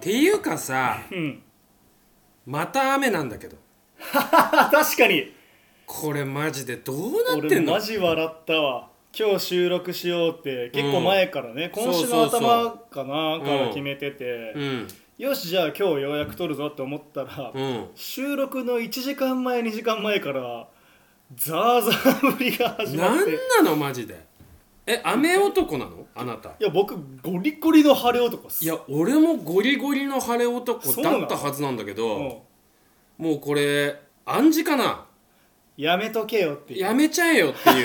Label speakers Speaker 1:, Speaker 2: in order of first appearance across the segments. Speaker 1: ていうかさ
Speaker 2: うん
Speaker 1: また雨なんだけど
Speaker 2: あ確かに
Speaker 1: これマジでどうなっ
Speaker 2: 俺
Speaker 1: てんの
Speaker 2: マジ笑ったわ今日収録しようって結構前からね、今週
Speaker 1: そ
Speaker 2: の
Speaker 1: うそうそう
Speaker 2: 頭かなから決めてて、
Speaker 1: うん
Speaker 2: よしじゃあ今日ようやく撮るぞって思ったら、
Speaker 1: うん
Speaker 2: 収録の1時間前2時間前からザーザー降りが始ま
Speaker 1: な
Speaker 2: っ
Speaker 1: ん
Speaker 2: てい
Speaker 1: なのマジでえ雨男なのあなた
Speaker 2: や僕ゴリゴリの晴れ男っす
Speaker 1: いや俺もゴリゴリの晴れ男だったはずなんだけ
Speaker 2: う
Speaker 1: ど
Speaker 2: ん
Speaker 1: もうこれ暗示かな
Speaker 2: やめとけよっていう
Speaker 1: やめちゃえよって いう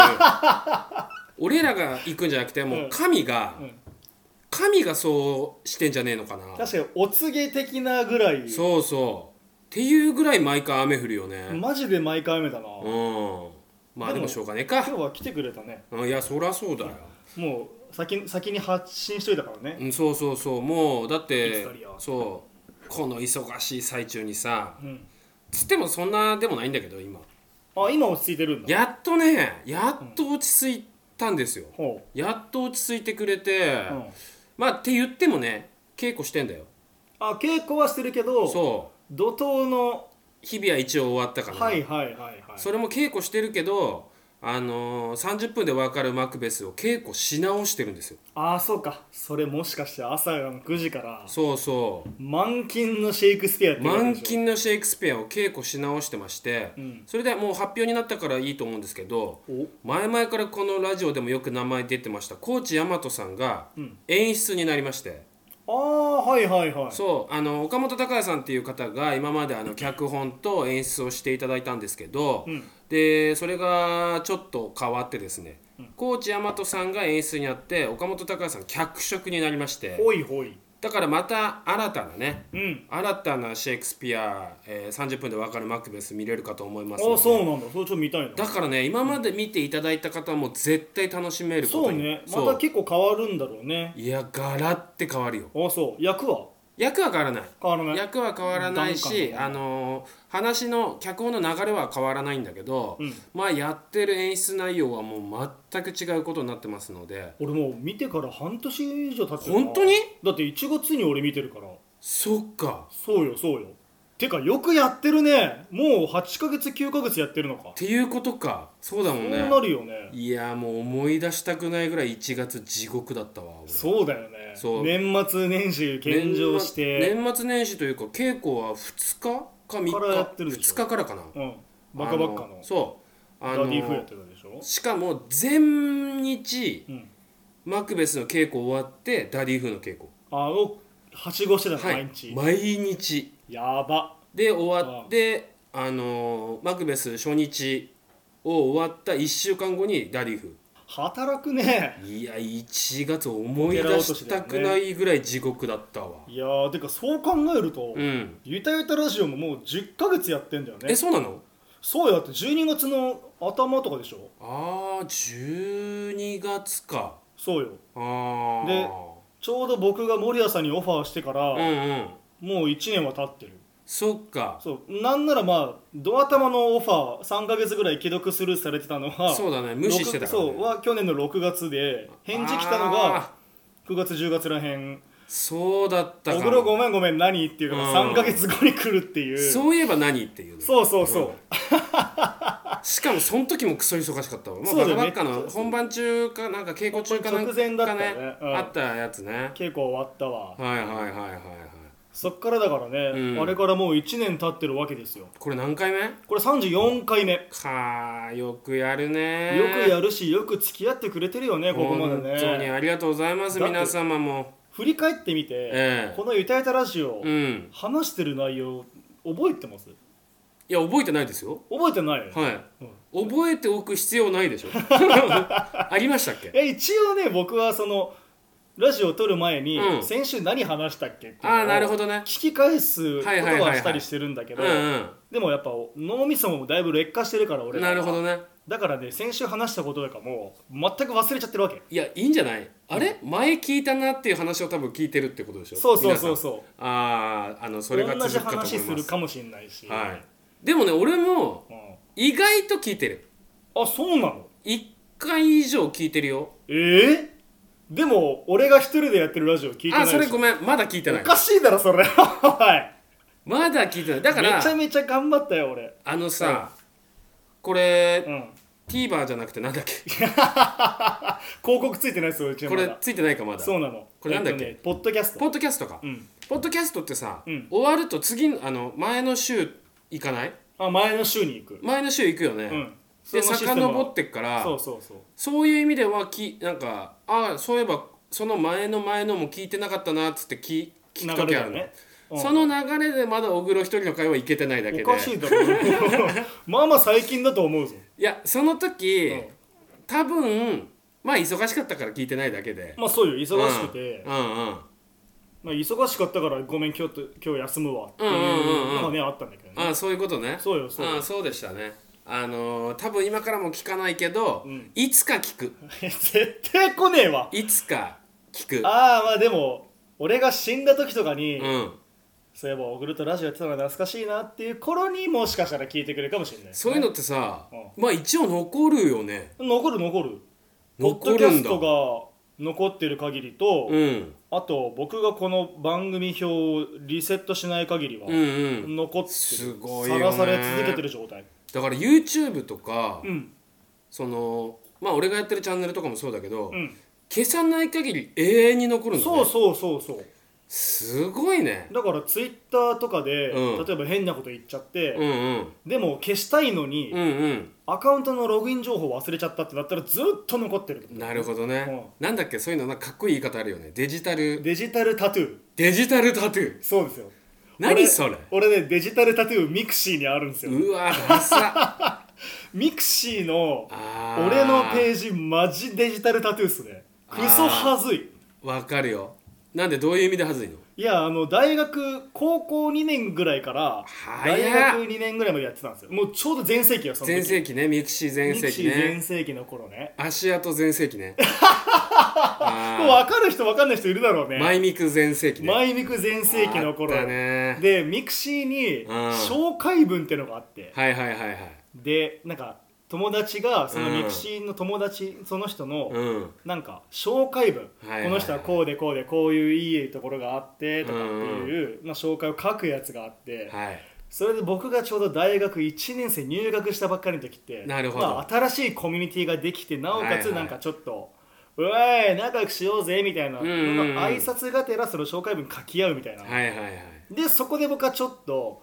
Speaker 1: 俺らが行くんじゃなくてもう神が、
Speaker 2: うん
Speaker 1: 神がそうしてんじゃねえのかな
Speaker 2: 確かにお告げ的なぐらい
Speaker 1: そうそうっていうぐらい毎回雨降るよね
Speaker 2: マジで毎回雨だな、
Speaker 1: う
Speaker 2: 今
Speaker 1: んまあで
Speaker 2: で
Speaker 1: も
Speaker 2: も
Speaker 1: しょうがねえか
Speaker 2: 日は来てくれたね
Speaker 1: うんいやそりゃそうだよ、
Speaker 2: もう先先に発信しといたからね
Speaker 1: うん、そうそうそうもうだっ
Speaker 2: い
Speaker 1: て
Speaker 2: つ撮るよ
Speaker 1: そうこの忙しい最中にさ
Speaker 2: うん
Speaker 1: つってもそんなでもないんだけど今
Speaker 2: あ今落ち着いてるんだ
Speaker 1: やっとねやっと落ち着いたんですよ、
Speaker 2: ほ
Speaker 1: やっと落ち着いてくれて、
Speaker 2: う、うん、
Speaker 1: まあって言ってもね稽古してんだよ
Speaker 2: あ稽古はしてるけど
Speaker 1: そ
Speaker 2: 怒涛の
Speaker 1: う日々は一応終わったから、
Speaker 2: はいはいはいはい
Speaker 1: それも稽古してるけどあのー、30分で分かるマクベスを稽古し直してるんですよ
Speaker 2: ああそうかそれもしかして朝の9時から
Speaker 1: そうそう
Speaker 2: 満勤のシェイクスピアって言うわけ
Speaker 1: 満
Speaker 2: でしょ
Speaker 1: 勤のシェイクスピアを稽古し直してまして、
Speaker 2: うん
Speaker 1: それでもう発表になったからいいと思うんですけど
Speaker 2: お
Speaker 1: 前々からこのラジオでもよく名前出てました高知大和さんが
Speaker 2: うん
Speaker 1: 演出になりまして、
Speaker 2: ああはいはいはい
Speaker 1: そうあの岡本孝也さんっていう方が今まであの脚本と演出をしていただいたんですけど、
Speaker 2: うん
Speaker 1: でそれがちょっと変わってですね、高知大和さんが演出になって岡本孝也さん脚色になりまして
Speaker 2: ほいほい
Speaker 1: だからまた新たなね
Speaker 2: うん
Speaker 1: 新たなシェイクスピア、えー30分でわかるマクベス見れるかと思いますので
Speaker 2: ああそうなんだそれちょっと見たいな
Speaker 1: だからね今まで見ていただいた方はもう絶対楽しめるこ
Speaker 2: そ
Speaker 1: と
Speaker 2: う
Speaker 1: に
Speaker 2: ね
Speaker 1: そ
Speaker 2: ま
Speaker 1: う
Speaker 2: た結構変わるんだろうね
Speaker 1: いやガラって変わるよ
Speaker 2: ああそう役は
Speaker 1: 役は変わらない
Speaker 2: 変わらない
Speaker 1: 役は変わらない
Speaker 2: 段階
Speaker 1: し、
Speaker 2: もね
Speaker 1: あのー話の脚本の流れは変わらないんだけど、
Speaker 2: うん
Speaker 1: まあやってる演出内容はもう全く違うことになってますので
Speaker 2: 俺もう見てから半年以上経ってるな
Speaker 1: 本当に
Speaker 2: だって1月に俺見てるから
Speaker 1: そっか
Speaker 2: そうよそうよてかよくやってるねもう8ヶ月9ヶ月やってるのか
Speaker 1: っていうことかそうだも
Speaker 2: そうん
Speaker 1: ね
Speaker 2: なるよね
Speaker 1: いやもう思い出したくないぐらい1月地獄だったわ俺
Speaker 2: そうだよね
Speaker 1: そう
Speaker 2: 年末年始献上して
Speaker 1: 年末年末年始というか稽古は2日か3日
Speaker 2: からやってるでし
Speaker 1: 2
Speaker 2: ょ
Speaker 1: 日からかな
Speaker 2: うんバカバカ
Speaker 1: あ
Speaker 2: の
Speaker 1: そうあ
Speaker 2: ダディフやっ
Speaker 1: の
Speaker 2: てたでしょ
Speaker 1: しかも全日
Speaker 2: うん
Speaker 1: マクベスの稽古終わってダディ風の稽古
Speaker 2: あのはしごしてたの
Speaker 1: はい
Speaker 2: 毎日
Speaker 1: 毎日
Speaker 2: やば
Speaker 1: で終わってあのマクベス初日を終わった1週間後にダディ風
Speaker 2: 働くね
Speaker 1: いや1月思い出したくないぐらい地獄だったわ
Speaker 2: いやーてかそう考えると
Speaker 1: うん
Speaker 2: ゆたゆたラジオももう10ヶ月やってんだよね
Speaker 1: えそうなの
Speaker 2: そうよだって12月の頭とかでしょ
Speaker 1: ああ12月か
Speaker 2: そうよ
Speaker 1: ああ
Speaker 2: でちょうど僕が守屋さんにオファーしてから、
Speaker 1: うんうん
Speaker 2: もう1年は経ってる
Speaker 1: そっか
Speaker 2: そうなんならまあドア玉のオファー3ヶ月ぐらい既読スルーされてたのは
Speaker 1: そうだね無視してたから、ね、
Speaker 2: そうは去年の6月で返事来たのが
Speaker 1: あ
Speaker 2: 9月10月らへん
Speaker 1: ーそうだっ
Speaker 2: 「
Speaker 1: た
Speaker 2: お
Speaker 1: か
Speaker 2: 風呂ごめんごめん何?」っていうのが
Speaker 1: うん
Speaker 2: 3ヶ月後に来るっていうそう
Speaker 1: そういえば何っていうね
Speaker 2: そうそうそう、
Speaker 1: んしかもその時もクソ忙しかったわ、まあ、
Speaker 2: そうだ
Speaker 1: バ
Speaker 2: よ
Speaker 1: カ
Speaker 2: ね
Speaker 1: バカの本番中かなんか稽古中かなんか
Speaker 2: 直前だったよねうん
Speaker 1: あったやつね
Speaker 2: 稽古終わったわ
Speaker 1: はいはいはいはいはい
Speaker 2: そっからだからね、
Speaker 1: うん
Speaker 2: あれからもう1年経ってるわけですよ
Speaker 1: これ何回目
Speaker 2: これ34回目、
Speaker 1: かーよくやるね
Speaker 2: よくやるしよく付き合ってくれてるよねここまで
Speaker 1: 本当に
Speaker 2: ね
Speaker 1: ありがとうございます
Speaker 2: だって
Speaker 1: 皆様も
Speaker 2: 振り返ってみて、
Speaker 1: ええ
Speaker 2: この「ゆたゆたラジオ」
Speaker 1: うん
Speaker 2: 話してる内容覚えてます
Speaker 1: いや覚えてないですよ
Speaker 2: 覚えてないよね、
Speaker 1: はい
Speaker 2: うん
Speaker 1: 覚えておく必要ない でしょありましたっけ
Speaker 2: え一応ね僕はそのラジオを撮る前に、
Speaker 1: うん
Speaker 2: 先週何話したっけっていうのを
Speaker 1: ああなるほどね
Speaker 2: 聞き返すこと
Speaker 1: はいはいはいはい
Speaker 2: はしたりしてるんだけ
Speaker 1: う
Speaker 2: ど
Speaker 1: んう
Speaker 2: でもやっぱ脳みそもだいぶ劣化してるから俺
Speaker 1: ん
Speaker 2: ら
Speaker 1: なる
Speaker 2: は
Speaker 1: ほどね
Speaker 2: だからね先週話したこととかもう全く忘れちゃってるわけ
Speaker 1: いやいいんじゃないあれ前聞いたなっていう話を多分聞いてるってことでしょ
Speaker 2: そうそう
Speaker 1: 皆
Speaker 2: そう
Speaker 1: さん
Speaker 2: そう
Speaker 1: あああのそれが
Speaker 2: 同
Speaker 1: 続
Speaker 2: じ
Speaker 1: くかと思い
Speaker 2: 話す
Speaker 1: ま
Speaker 2: る
Speaker 1: す
Speaker 2: かもしれないし、
Speaker 1: はい、でもね俺も
Speaker 2: うん
Speaker 1: 意外と聞いてる
Speaker 2: あそうなの
Speaker 1: 1回以上聞いてるよ
Speaker 2: ええでも俺が一人でやってるラジオ聞いてない
Speaker 1: あ
Speaker 2: で
Speaker 1: それ
Speaker 2: し
Speaker 1: ごめんまだ聞いて
Speaker 2: ょ
Speaker 1: な
Speaker 2: お
Speaker 1: い
Speaker 2: かしいだろそれ はい
Speaker 1: まだ聞いてないだか
Speaker 2: め
Speaker 1: ら
Speaker 2: ちゃめちゃ頑張ったよ俺
Speaker 1: あのさ、これ、
Speaker 2: うん
Speaker 1: TVer じゃなくてなんだっけ
Speaker 2: 広告ついてないですようち
Speaker 1: こ
Speaker 2: まだ
Speaker 1: れついてないかまだ
Speaker 2: そうなの
Speaker 1: これなんだっけ
Speaker 2: えとねポッドキャスト
Speaker 1: ポッドキャストか、
Speaker 2: うん
Speaker 1: ポッドキャストってさ、
Speaker 2: うん
Speaker 1: 終わると次のあの前の週行かない
Speaker 2: あ前の週に行く
Speaker 1: 前の週行くよね、
Speaker 2: うん
Speaker 1: で
Speaker 2: そのシステムは
Speaker 1: 遡ってっから
Speaker 2: そうそうそう
Speaker 1: そういう意味ではきなんかあそういえばその前の前のも聞いてなかったなっつって聞聞く
Speaker 2: 流れ
Speaker 1: 時
Speaker 2: だ
Speaker 1: あ
Speaker 2: よ
Speaker 1: るの、
Speaker 2: ねうん
Speaker 1: その流れでまだ小黒一人の会は行けてないだけで
Speaker 2: おかしいだろ まあまあ最近だと思うぞ
Speaker 1: いやその時、
Speaker 2: うん
Speaker 1: 多分まあ忙しかったから聞いてないだけで
Speaker 2: まあそうよ忙しくて、
Speaker 1: うんうんうん
Speaker 2: まあ、忙しかったからごめん今日と今日休むわっていうのがね、あったんだけどね
Speaker 1: ああそういうことね
Speaker 2: そうよそう
Speaker 1: あ
Speaker 2: よ
Speaker 1: あそうでしたねあのー多分今からも聞かないけど、
Speaker 2: うん
Speaker 1: いつか聞く
Speaker 2: 絶対来ねえわ
Speaker 1: いつか聞く
Speaker 2: ああまあでも俺が死んだ時とかに、
Speaker 1: うん
Speaker 2: そういえばオグルトラジオやってたの懐かしいなっていう頃にもしかしたら聞いてくれるかもしれない
Speaker 1: そういうのってさ、
Speaker 2: う
Speaker 1: まあ一応残るよね
Speaker 2: 残る残るポッ
Speaker 1: 残
Speaker 2: ドキ
Speaker 1: る
Speaker 2: ャス
Speaker 1: んだ
Speaker 2: トが残ってる限りと、
Speaker 1: うん
Speaker 2: あと僕がこの番組表をリセットしない限りは
Speaker 1: うんうん
Speaker 2: 残ってる
Speaker 1: すごいよ
Speaker 2: さ
Speaker 1: ね
Speaker 2: らされ続けてる状態
Speaker 1: だから YouTube とか、
Speaker 2: うん
Speaker 1: そのまあ俺がやってるチャンネルとかもそうだけど、
Speaker 2: うん
Speaker 1: 消さない限り永遠に残るんだ、ね、
Speaker 2: そうそうそうそう
Speaker 1: すごいね
Speaker 2: だからツイッターとかで、
Speaker 1: うん
Speaker 2: 例えば変なこと言っちゃって、
Speaker 1: うんうん
Speaker 2: でも消したいのに、
Speaker 1: うんうん
Speaker 2: アカウントのログイン情報忘れちゃったってなったらずっと残ってる
Speaker 1: なるほどね、なんだっけそういうのなんかかっこいい言い方あるよねデジタル
Speaker 2: デジタルタトゥー
Speaker 1: デジタルタトゥー
Speaker 2: そうですよ
Speaker 1: 何それ
Speaker 2: 俺俺ねデジタルタトゥーミクシーにあるんですよ
Speaker 1: うわダ サ
Speaker 2: ミクシーの
Speaker 1: あー
Speaker 2: 俺のページマジデジタルタトゥーっすね
Speaker 1: あー
Speaker 2: クソはずい
Speaker 1: わかるよなんでどういう意味ではずいの
Speaker 2: いやあの大学高校2年ぐらいから
Speaker 1: 早っ
Speaker 2: 大学2年ぐらいまでやってたんですよもうちょうど全盛期よその時
Speaker 1: 全盛期ねミクシー全
Speaker 2: ミク
Speaker 1: 盛
Speaker 2: シ
Speaker 1: 期
Speaker 2: ー全
Speaker 1: ね
Speaker 2: 盛期の頃ね
Speaker 1: 足跡全盛期 ね
Speaker 2: もう
Speaker 1: あ
Speaker 2: 分かる人分かんない人いるだろう
Speaker 1: ー
Speaker 2: ね
Speaker 1: マイミク全盛期ね
Speaker 2: マイミク全盛期の頃
Speaker 1: あったね
Speaker 2: でミクシーに
Speaker 1: ん
Speaker 2: 紹介文ってのがあって
Speaker 1: はいはいはいはい
Speaker 2: でなんか友達がその
Speaker 1: うん
Speaker 2: ミクシーの友達その人の
Speaker 1: うん
Speaker 2: なんか紹介文
Speaker 1: いはいはい
Speaker 2: この人はこうでこうでこういういいところがあってとかっていうまあ紹介を書くやつがあって
Speaker 1: はい
Speaker 2: それで僕がちょうど大学1年生入学したばっかりの時って
Speaker 1: なるほど
Speaker 2: まあ、新しいコミュニティができてなおか
Speaker 1: はいは
Speaker 2: つ
Speaker 1: い
Speaker 2: なんかちょっと「うわい仲良くしようぜ」みたいなの
Speaker 1: うん
Speaker 2: が
Speaker 1: うんうん
Speaker 2: 挨拶がてらその紹介文書き合うみたいな、
Speaker 1: はいはいはい
Speaker 2: でそこで僕はちょっと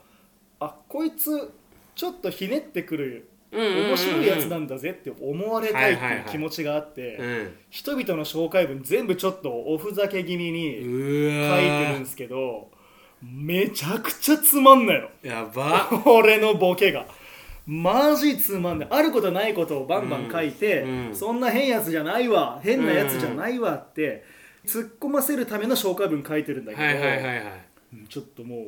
Speaker 2: あこいつちょっとひねってくる
Speaker 1: うんうんうんうん
Speaker 2: 面白いやつなんだぜって思われたいって
Speaker 1: はいはいいうはい
Speaker 2: 気持ちがあって、
Speaker 1: うん
Speaker 2: 人々の紹介文全部ちょっとおふざけ気味に
Speaker 1: う
Speaker 2: 書
Speaker 1: わ
Speaker 2: いてるんですけどめちゃくちゃつまんないの。
Speaker 1: やば
Speaker 2: 俺のボケがマジつまんないあることないことをバンバン書いて、
Speaker 1: うんうん
Speaker 2: そんな変やつじゃないわ変なやつじゃないわって、突っ込ませるための紹介文書いてるんだけど、
Speaker 1: はいはいはいはい
Speaker 2: ちょっともう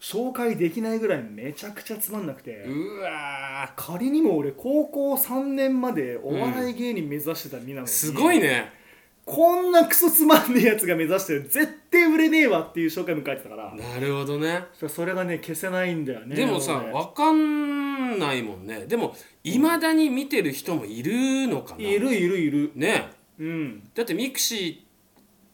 Speaker 2: 紹介できないぐらいめちゃくちゃつまんなくて、
Speaker 1: うわ
Speaker 2: 仮にも俺高校3年までお笑い芸人目指してた身なのに、
Speaker 1: すごいね
Speaker 2: こんなクソつまんねえやつが目指してる絶対売れねえわっていう紹介文書いてたから
Speaker 1: なるほどね
Speaker 2: それがね消せないんだよね
Speaker 1: でもさ
Speaker 2: 俺
Speaker 1: わかんないもんねでもいまだに見てる人もいるのかない
Speaker 2: るいるいる
Speaker 1: ね
Speaker 2: うん
Speaker 1: だってミクシーっ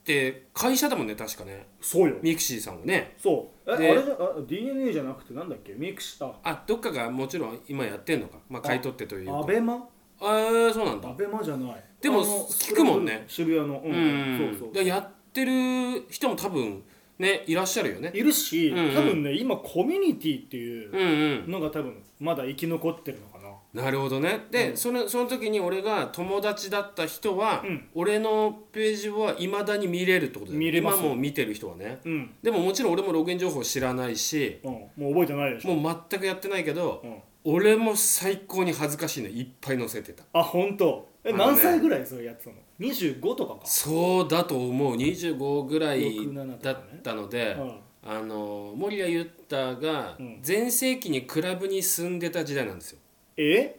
Speaker 1: て会社だもんね確かね
Speaker 2: そうよ
Speaker 1: ミクシーさんはね
Speaker 2: そうえあ
Speaker 1: で
Speaker 2: れじゃあ DNA じゃなくてなんだっけミクシあ
Speaker 1: あどっかがもちろん今やってんのかまあ買い取ってという
Speaker 2: ア
Speaker 1: か
Speaker 2: ベマ
Speaker 1: あーそうなんだ
Speaker 2: アベマじゃない
Speaker 1: でも
Speaker 2: あの
Speaker 1: 聞くもんね
Speaker 2: 渋谷のう
Speaker 1: うん
Speaker 2: そうそう
Speaker 1: でやってる人も多分ねいらっしゃるよね
Speaker 2: いるし
Speaker 1: うんうん
Speaker 2: 多分ね今コミュニティっていう
Speaker 1: うんうん
Speaker 2: のが多分まだ生き残ってるのかな
Speaker 1: なるほどねで、そのその時に俺が友達だった人は、
Speaker 2: うん
Speaker 1: 俺のページはいまだに見れるってことだよね
Speaker 2: 見れます
Speaker 1: 今も見てる人はね
Speaker 2: うん
Speaker 1: でももちろん俺もログイン情報知らないし
Speaker 2: うんもう覚えてないでしょ
Speaker 1: もう全くやってないけど、
Speaker 2: うん
Speaker 1: 俺も最高に恥ずかしいのいっぱい載せてた
Speaker 2: あ本当え
Speaker 1: あのね
Speaker 2: 何歳ぐらいそれやってたの25とかか
Speaker 1: そうだと思う25ぐらい
Speaker 2: 67
Speaker 1: だ
Speaker 2: とかね
Speaker 1: ったので、
Speaker 2: うん
Speaker 1: あの森谷裕太が
Speaker 2: うん
Speaker 1: 全盛期にクラブに住んでた時代なんですよ
Speaker 2: え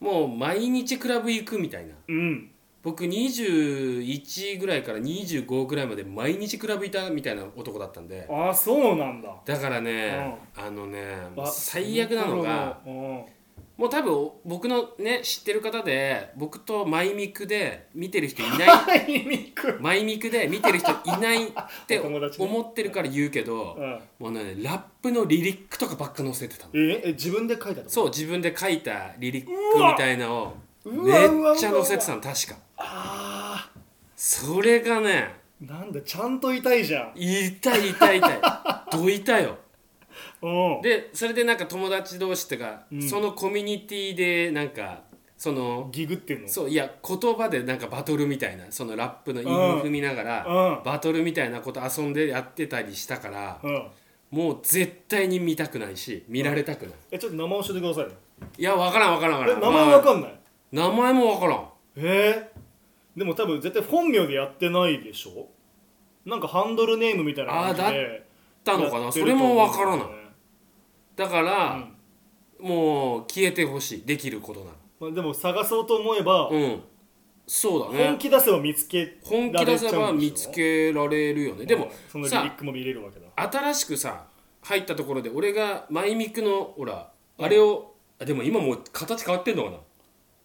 Speaker 1: もう毎日クラブ行くみたいな
Speaker 2: うん
Speaker 1: 僕21ぐらいから25ぐらいまで毎日クラブいたみたいな男だったんで
Speaker 2: あそうなんだ
Speaker 1: だからね、あのね
Speaker 2: あ
Speaker 1: 最悪なのが
Speaker 2: うん
Speaker 1: もう多分僕のね知ってる方で僕とマイミクで見てる人いない
Speaker 2: あいにく
Speaker 1: マイミクで見てる人いないって
Speaker 2: お 友達ね
Speaker 1: 思ってるから言うけど、
Speaker 2: うん
Speaker 1: もうねラップのリリックとかばっか載せてたの
Speaker 2: ええ自分で書いたの
Speaker 1: そう自分で書いたリリック
Speaker 2: うわ
Speaker 1: みたいなのを
Speaker 2: う
Speaker 1: め
Speaker 2: わ
Speaker 1: っ
Speaker 2: うわ
Speaker 1: ちゃ載せてたの確か
Speaker 2: あ
Speaker 1: それがね
Speaker 2: ーなんだちゃんと痛いじゃん
Speaker 1: 痛い痛い痛いどいたよ
Speaker 2: うん
Speaker 1: でそれでなんか友達同士とか、
Speaker 2: うん
Speaker 1: そのコミュニティでなんかその
Speaker 2: ギグってんの
Speaker 1: そういや言葉でなんかバトルみたいなそのラップの韻を踏みなが
Speaker 2: うんう
Speaker 1: ら
Speaker 2: ん
Speaker 1: バトルみたいなこと遊んでやってたりしたから
Speaker 2: うん
Speaker 1: もう絶対に見たくないし見られたくない
Speaker 2: えちょっと名前教えてくださいよ
Speaker 1: いや分からん分からん
Speaker 2: え
Speaker 1: 分
Speaker 2: 名
Speaker 1: からん
Speaker 2: 前わかんない
Speaker 1: まあ名前も分からん
Speaker 2: えー、でも多分絶対本名でやってないでしょなんかハンドルネームみたいな感じで
Speaker 1: あーたのか
Speaker 2: や
Speaker 1: な
Speaker 2: って
Speaker 1: そ
Speaker 2: る
Speaker 1: れ
Speaker 2: と思う
Speaker 1: も
Speaker 2: んだよね
Speaker 1: 分からないだから、もう消えてほしいできることな
Speaker 2: まあ、でも探そうと思えば、
Speaker 1: らうんそうだ
Speaker 2: 本
Speaker 1: ね
Speaker 2: 気出せば見つけられちゃう
Speaker 1: 本
Speaker 2: んでし
Speaker 1: 気
Speaker 2: ょ
Speaker 1: 出せば見つけられるよねで
Speaker 2: う
Speaker 1: も
Speaker 2: んそのリリ
Speaker 1: さ
Speaker 2: ックも見れるわけだ
Speaker 1: 新しくさ入ったところで俺がマイミクのほらあれを、あでも今もう形変わってんのかな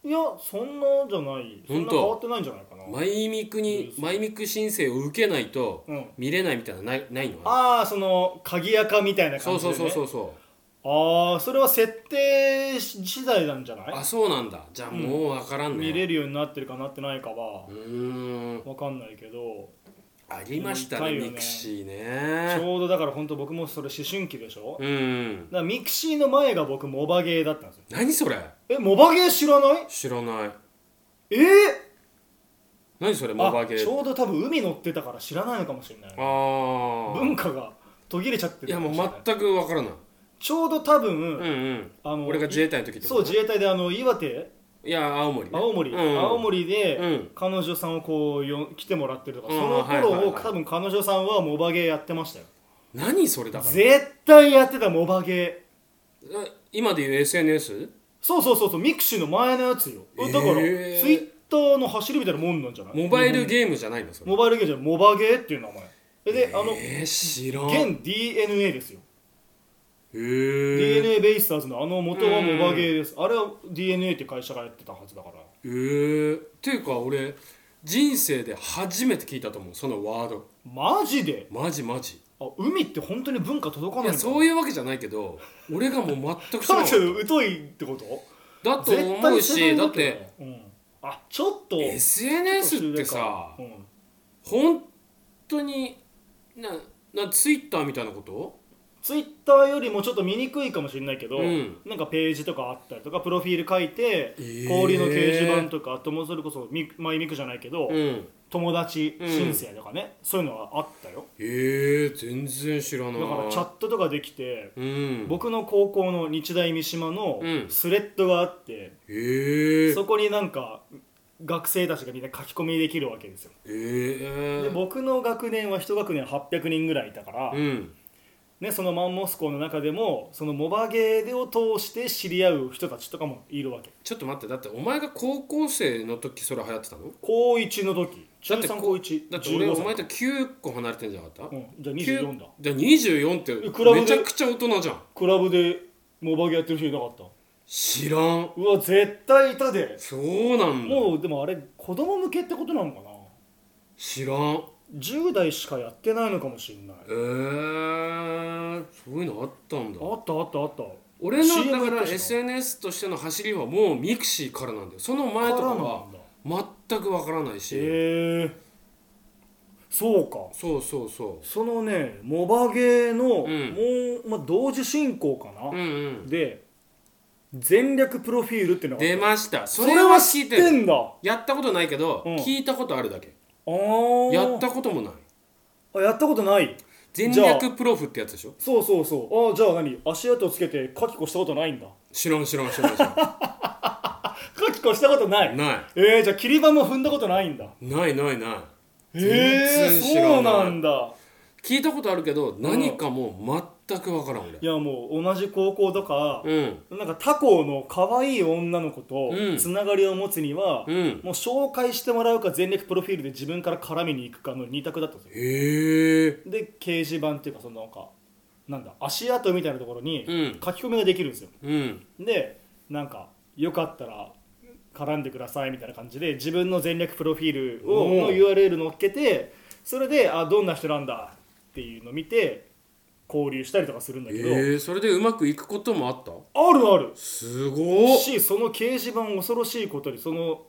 Speaker 1: い
Speaker 2: やそんなじゃないそ
Speaker 1: 本
Speaker 2: んな
Speaker 1: 当
Speaker 2: 変わってないんじゃないかな、
Speaker 1: マイミクに
Speaker 2: うん
Speaker 1: マイミク申請を受けないと
Speaker 2: うん、
Speaker 1: 見れないみたいなのないないのかな
Speaker 2: ああその鍵垢みたいな
Speaker 1: そ
Speaker 2: 感
Speaker 1: う
Speaker 2: じで、
Speaker 1: そう
Speaker 2: ね、
Speaker 1: そうそううそ
Speaker 2: ああそれは設定次第なんじゃ
Speaker 1: う
Speaker 2: ない
Speaker 1: あそうなんだじゃあもう分からんね、
Speaker 2: 見れるようになってるかなってないかは
Speaker 1: うーん
Speaker 2: わかんないけど、
Speaker 1: ありましたね
Speaker 2: 見たいよね
Speaker 1: ミクシー
Speaker 2: ち
Speaker 1: ね
Speaker 2: ょうどだから本当僕もそれ思春期でしょ、
Speaker 1: うん
Speaker 2: だからミクシーの前が僕モバゲーだったんですよ
Speaker 1: 何それ
Speaker 2: えモバゲー知らない
Speaker 1: 知らない
Speaker 2: えー、
Speaker 1: 何それモバ
Speaker 2: あ
Speaker 1: ゲ
Speaker 2: ち
Speaker 1: ー
Speaker 2: ょうど多分海乗ってたから知らないのかもしれない
Speaker 1: あ
Speaker 2: 文化が途切れちゃって
Speaker 1: あい
Speaker 2: る
Speaker 1: や
Speaker 2: か
Speaker 1: も
Speaker 2: しれな
Speaker 1: う全く分からない
Speaker 2: ちょうど多分、
Speaker 1: うんうん
Speaker 2: あの
Speaker 1: 俺が自衛隊の時って
Speaker 2: そう
Speaker 1: こと
Speaker 2: 自衛隊であの岩手
Speaker 1: いや青森ね
Speaker 2: 青森、
Speaker 1: うんうん
Speaker 2: 青森で、
Speaker 1: うん
Speaker 2: 彼女さんをこうよ来てもらってるとか、
Speaker 1: うん
Speaker 2: その
Speaker 1: はいはい
Speaker 2: 頃を、
Speaker 1: はい
Speaker 2: 多分彼女さんはモバゲーやってましたよ
Speaker 1: 何それだから
Speaker 2: 絶対やってたモバゲー
Speaker 1: え今で言う SNS?
Speaker 2: そうそうそうそうミクシーの前のやつよ、だからツイ
Speaker 1: えー
Speaker 2: ッターの走りみたいなもんなんじゃない
Speaker 1: モバイルゲームじゃないのそれ
Speaker 2: モバイルゲームじゃないモバゲーっていう名前えで、あの
Speaker 1: えー、知らんへ
Speaker 2: 現 DNA ですよ、
Speaker 1: え
Speaker 2: DNA ベイスターズのあの元はモバゲーです、あれは DNA って会社がやってたはずだから
Speaker 1: えー、っていうか俺人生で初めて聞いたと思うそのワード
Speaker 2: マジで
Speaker 1: マジマジ
Speaker 2: あ海って本当に文化届か
Speaker 1: い
Speaker 2: ない
Speaker 1: や
Speaker 2: んだ
Speaker 1: そう
Speaker 2: いう
Speaker 1: いうわけじゃないけど俺がもう全く知ら
Speaker 2: 彼
Speaker 1: なかっ
Speaker 2: 女疎いってこと
Speaker 1: ただと思うしだって、
Speaker 2: 絶対世代ようん、あちょっと
Speaker 1: SNS ってさ
Speaker 2: うん
Speaker 1: 本当にななツイッターみたいなこと
Speaker 2: ツイッターよりもちょっと見にくいかもしれないけど、
Speaker 1: うん
Speaker 2: なんかページとかあったりとかプロフィール書いて、
Speaker 1: ー
Speaker 2: 氷の掲示板とかあともうそれこそミクマイミクじゃないけど、
Speaker 1: うん
Speaker 2: 友達
Speaker 1: うん
Speaker 2: 申請とかね、そういうのはあったよ
Speaker 1: えー、全然知らない
Speaker 2: だからチャットとかできて、
Speaker 1: うん
Speaker 2: 僕の高校の日大三島の
Speaker 1: うん
Speaker 2: スレッドがあって、
Speaker 1: えー、
Speaker 2: そこになんか学生たちがみんな書き込みできるわけですよ、
Speaker 1: えー、
Speaker 2: で僕の学年は一学年800人ぐらいいたから、
Speaker 1: うん
Speaker 2: ね、そのマンモス校の中でもそのモバゲーを通して知り合う人たちとかもいるわけ
Speaker 1: ちょっと待ってだってお前が高校生の時それ流行ってたの
Speaker 2: 高1の時中
Speaker 1: だって
Speaker 2: 3高1
Speaker 1: だって俺お前と
Speaker 2: と、
Speaker 1: 9個離れてんじゃなかった、
Speaker 2: うん、じゃあ24だ
Speaker 1: じゃあ24って
Speaker 2: えクラブで
Speaker 1: めちゃくちゃ大人じゃん
Speaker 2: クラブでモバゲーやってる人いなかった
Speaker 1: 知らん
Speaker 2: うわ絶対いたで
Speaker 1: そうなんだ
Speaker 2: もうでもあれ子供向けってことなのかな
Speaker 1: 知らん
Speaker 2: 10代しかやってないのかもしんない
Speaker 1: えー、そういうのあったんだ
Speaker 2: あったあったあった
Speaker 1: 俺の
Speaker 2: CM
Speaker 1: だか
Speaker 2: やっ
Speaker 1: ら
Speaker 2: たしな
Speaker 1: SNS としての走りはもうミクシーからなんだよその前とかは全くわからないし、
Speaker 2: へえそうか
Speaker 1: そうそうそ
Speaker 2: そのねモバゲーの、
Speaker 1: う
Speaker 2: もう、まあ、同時進行かな、
Speaker 1: ううんうん
Speaker 2: で全略プロフィールってのがあっ
Speaker 1: 出
Speaker 2: た
Speaker 1: ましたそ
Speaker 2: そ
Speaker 1: れ
Speaker 2: れ
Speaker 1: は
Speaker 2: は
Speaker 1: 聞
Speaker 2: 知
Speaker 1: い
Speaker 2: って
Speaker 1: る
Speaker 2: てんだあ
Speaker 1: やったことないけど、
Speaker 2: うん
Speaker 1: 聞いたことあるだけ
Speaker 2: ー
Speaker 1: やったこともない
Speaker 2: あやったことない
Speaker 1: 全
Speaker 2: じゃあ
Speaker 1: 略プロフってやつでしょ
Speaker 2: そうそうそうあーじゃあ何足跡つけてカキコしたことないんだ
Speaker 1: 知らん知らん知ら ん知ら
Speaker 2: カキコしたことない、
Speaker 1: んな
Speaker 2: えー、じゃあ切り板も踏んだことないんだ
Speaker 1: いないないない
Speaker 2: へえ
Speaker 1: 全然知らない
Speaker 2: そうなんだ
Speaker 1: 聞いたことあるけど何かもう全くわからん俺
Speaker 2: いやもう同じ高校とか、
Speaker 1: うん
Speaker 2: なんか他校の可愛い女の子と
Speaker 1: うん
Speaker 2: つながりを持つには、
Speaker 1: うん
Speaker 2: もう紹介してもらうか全力プロフィールで自分から絡みに行くかの二択だったんですよ
Speaker 1: へえ
Speaker 2: で掲示板っていうかそのなんかなんだ足跡みたいなところに
Speaker 1: うん
Speaker 2: 書き込みができるんですよ、
Speaker 1: うん
Speaker 2: でなんかよかったら絡んでくださいみたいな感じで自分の全略プロフィールを
Speaker 1: お
Speaker 2: の
Speaker 1: ー
Speaker 2: URL 載っけてそれであどんな人なんだっていうのを見て交流したりとかするんだ
Speaker 1: え
Speaker 2: けど、
Speaker 1: ー、それでうまくいくこともあった
Speaker 2: あるある
Speaker 1: すごっ
Speaker 2: しその掲示板恐ろしいことにその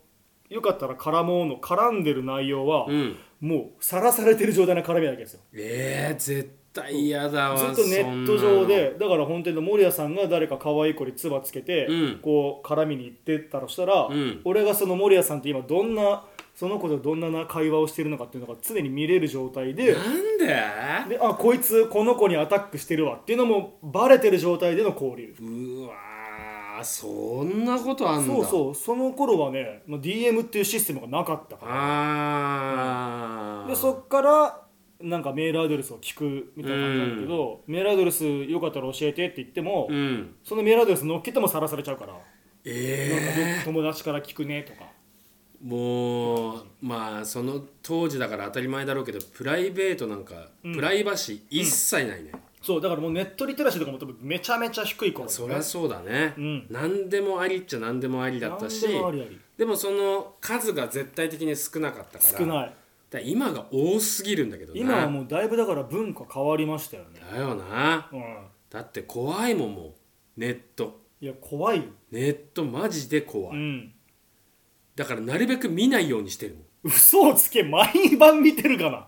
Speaker 2: よかったら絡もうの絡んでる内容は、
Speaker 1: うん
Speaker 2: もうさらされてる状態の絡みなわけですよ
Speaker 1: えー、絶対嫌だわ
Speaker 2: ずっとネット上でだから本当に守屋さんが誰か可愛い子に唾つけて、
Speaker 1: うん
Speaker 2: こう絡みに行ってったらしたら、
Speaker 1: うん
Speaker 2: 俺がその守屋さんと今どんなその子とどんな会話をしてるのかっていうのが常に見れる状態で
Speaker 1: そんななんで
Speaker 2: であこいつこの子にアタックしてるわっていうのもバレてる状態での交流
Speaker 1: うわーそんなことあんだ
Speaker 2: そうそうその頃はね、まあ、DM っていうシステムがなかったから
Speaker 1: あー
Speaker 2: でそっからなんかメールアドレスを聞くみたいな感じなんだけど、メールアドレスよかったら教えてって言っても、
Speaker 1: うん
Speaker 2: そのメールアドレス乗っけてもさらされちゃうから、
Speaker 1: え
Speaker 2: なんかど友達から聞くねとか
Speaker 1: ー、もうまあその当時だから当たり前だろうけどプライベートなんか、プライバシー一切ないね、
Speaker 2: そうだからもうネットリテラシーとかも多分めちゃめちゃ低い頃
Speaker 1: そりゃそうだね、
Speaker 2: うん
Speaker 1: 何でもありっちゃ何でもありだったし
Speaker 2: 何でもありあり
Speaker 1: でもその数が絶対的に少なかったから
Speaker 2: 少ない
Speaker 1: だから今が多すぎるんだけどな
Speaker 2: 今はもうだいぶだから文化変わりましたよね
Speaker 1: だよな
Speaker 2: うん
Speaker 1: だって怖いもんもうネット
Speaker 2: いや怖いよ
Speaker 1: ネットマジで怖い、
Speaker 2: うん
Speaker 1: だからなるべく見ないようにしてるもん
Speaker 2: 嘘をつけ毎晩見てるかな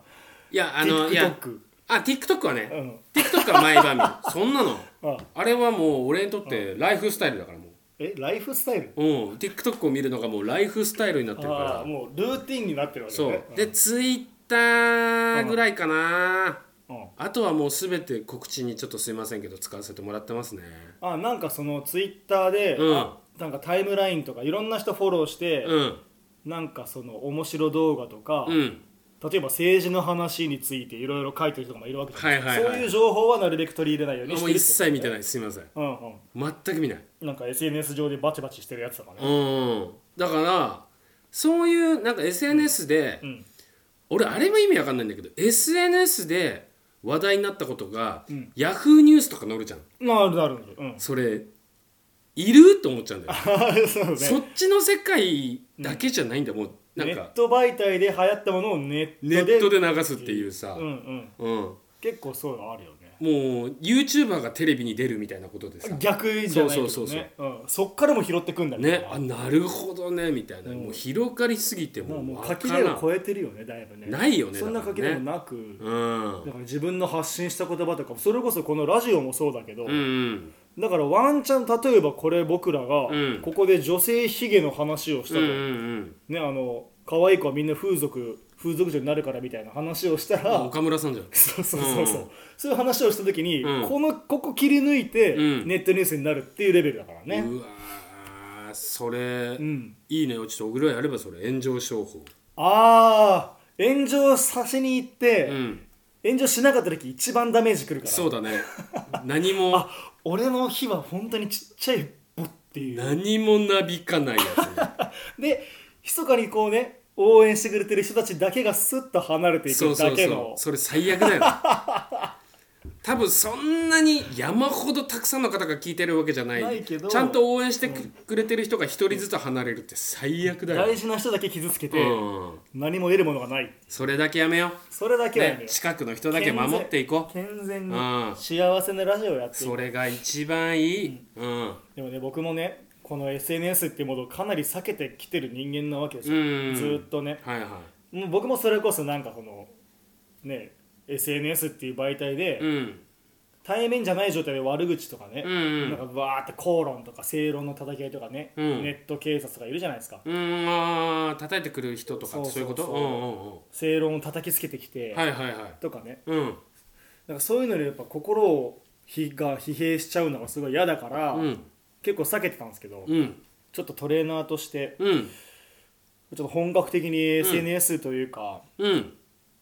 Speaker 2: い
Speaker 1: やあのいや
Speaker 2: TikTok
Speaker 1: あ TikTok はね、
Speaker 2: うん
Speaker 1: TikTok は毎晩見るそんなの
Speaker 2: あ
Speaker 1: あれはもう俺にとってライフスタイルだからもう
Speaker 2: えライフスタイル
Speaker 1: うん、TikTok を見るのがもうライフスタイルになってるから
Speaker 2: ああもうルーティンになってるわけだ
Speaker 1: そ
Speaker 2: ね
Speaker 1: うでツイッターぐらいかな
Speaker 2: うんうん
Speaker 1: あとはもう全て告知にちょっとすいませんけど使わせてもらってますね
Speaker 2: あなんかそのツイッターで、
Speaker 1: うん
Speaker 2: あなんかタイムラインとかいろんな人フォローして、
Speaker 1: うん
Speaker 2: なんかその面白動画とか、
Speaker 1: うん
Speaker 2: 例えば政治の話についていろいろ書いてる人とかもいるわけじゃないですか、
Speaker 1: はいはいはい
Speaker 2: そういう情報はなるべく取り入れないようにし
Speaker 1: も
Speaker 2: て
Speaker 1: う
Speaker 2: るって
Speaker 1: 一
Speaker 2: こと
Speaker 1: 切見てないすいません
Speaker 2: うんうん
Speaker 1: 全く見ない
Speaker 2: なんか SNS 上でバチバチしてるやつとかね
Speaker 1: うんだからそういうなんか SNS で、
Speaker 2: うん
Speaker 1: 俺あれも意味わかんないんだけど SNS で話題になったことが、
Speaker 2: ん
Speaker 1: ヤフーニュースとか載るじゃん
Speaker 2: なるなるなるうん
Speaker 1: それいると思っちゃうんだよ、
Speaker 2: そう
Speaker 1: そ
Speaker 2: ね
Speaker 1: っちの世界だけじゃないんだ、もうなん
Speaker 2: ネ
Speaker 1: か
Speaker 2: ット媒体で流行ったものをネット
Speaker 1: ネ
Speaker 2: で
Speaker 1: ットで流すっていうさ、
Speaker 2: うんうん
Speaker 1: うん
Speaker 2: 結構そういうのあるよね
Speaker 1: もう YouTuber がテレビに出るみたいなことでさ
Speaker 2: 逆じゃないけどね
Speaker 1: そうそうそう
Speaker 2: うん、そっからも拾ってくんだ
Speaker 1: ねあなるほどねみたいな、もう広がりすぎても
Speaker 2: もう
Speaker 1: う
Speaker 2: もう
Speaker 1: わ
Speaker 2: 垣
Speaker 1: から
Speaker 2: 根を
Speaker 1: ん
Speaker 2: 超えてるよねだいぶね
Speaker 1: ないよね
Speaker 2: そんな
Speaker 1: だから
Speaker 2: 垣
Speaker 1: ね
Speaker 2: 根もなく、
Speaker 1: うん
Speaker 2: だから自分の発信した言葉とかそれこそこのラジオもそうだけど、
Speaker 1: うんうん
Speaker 2: だからワンチャン例えばこれ僕らが
Speaker 1: うん
Speaker 2: ここで女性ヒゲの話をし
Speaker 1: う
Speaker 2: たと、
Speaker 1: んうん
Speaker 2: ねあの可愛い子はみんな風俗風俗嬢になるからみたいな話をした
Speaker 1: う
Speaker 2: ら、
Speaker 1: ん岡村さんじゃん
Speaker 2: そうそうそうそう、
Speaker 1: うん
Speaker 2: そういう話をした時に、
Speaker 1: うん
Speaker 2: このここ切り抜いて
Speaker 1: うん
Speaker 2: ネットニュースになるっていうレベルだからね、
Speaker 1: うわーそれ、
Speaker 2: ん
Speaker 1: いいねをちょっとぐらいあればそれ炎上商法
Speaker 2: ああ炎上させに行って、
Speaker 1: うん
Speaker 2: 炎上しなかった時一番ダメージくるから
Speaker 1: そうだね何も
Speaker 2: 俺の火は本当にちっちゃいボっていう
Speaker 1: 何もなびかないや
Speaker 2: で密かにこうね応援してくれてる人たちだけがスッと離れてい
Speaker 1: つねそ
Speaker 2: く
Speaker 1: うそ
Speaker 2: だ
Speaker 1: う
Speaker 2: け
Speaker 1: そ
Speaker 2: の
Speaker 1: うそれ最悪だよね 多分そんなに山ほどたくさんの方が聞いてるわけじゃない
Speaker 2: ないけど
Speaker 1: ちゃんと応援してく,、れてる人が一人ずつ離れるって最悪だよ、
Speaker 2: 大事な人だけ傷つけて、
Speaker 1: うん、
Speaker 2: 何も得るものがない
Speaker 1: それだけやめよ
Speaker 2: それだ
Speaker 1: う、
Speaker 2: けはやめ
Speaker 1: ね、
Speaker 2: よう
Speaker 1: 近くの人だけ守っていこう
Speaker 2: 健全に
Speaker 1: うん
Speaker 2: 幸せなラジオをやってい
Speaker 1: そ
Speaker 2: く
Speaker 1: れが一番いい、うん
Speaker 2: でもね僕もねこの SNS っていうものをかなり避けてきてる人間なわけです
Speaker 1: う
Speaker 2: よ、
Speaker 1: ん、
Speaker 2: ずーっとね
Speaker 1: はいは
Speaker 2: もう僕もそれこそなんかこのね SNS っていう媒体で、
Speaker 1: いうん
Speaker 2: 対面じゃない状態で悪口とかね、
Speaker 1: うんうん
Speaker 2: なんかわーって口論とか正論の叩き合いとかね、
Speaker 1: うん
Speaker 2: ネット警察とかいるじゃないですか
Speaker 1: うんあー叩いてくる人と
Speaker 2: そ
Speaker 1: か
Speaker 2: う
Speaker 1: そういうこと
Speaker 2: そううそうん
Speaker 1: うんうん
Speaker 2: 正論を叩きつけてきて、
Speaker 1: はいはいはい
Speaker 2: とかね
Speaker 1: うん
Speaker 2: なんかそういうのでやっぱ心をひが疲弊しちゃうのがすごい嫌だから、
Speaker 1: うん
Speaker 2: 結構避けてたんですけど、
Speaker 1: うん
Speaker 2: ちょっとトレーナーとして
Speaker 1: うん
Speaker 2: ちょっと本格的に SNS というか、
Speaker 1: うん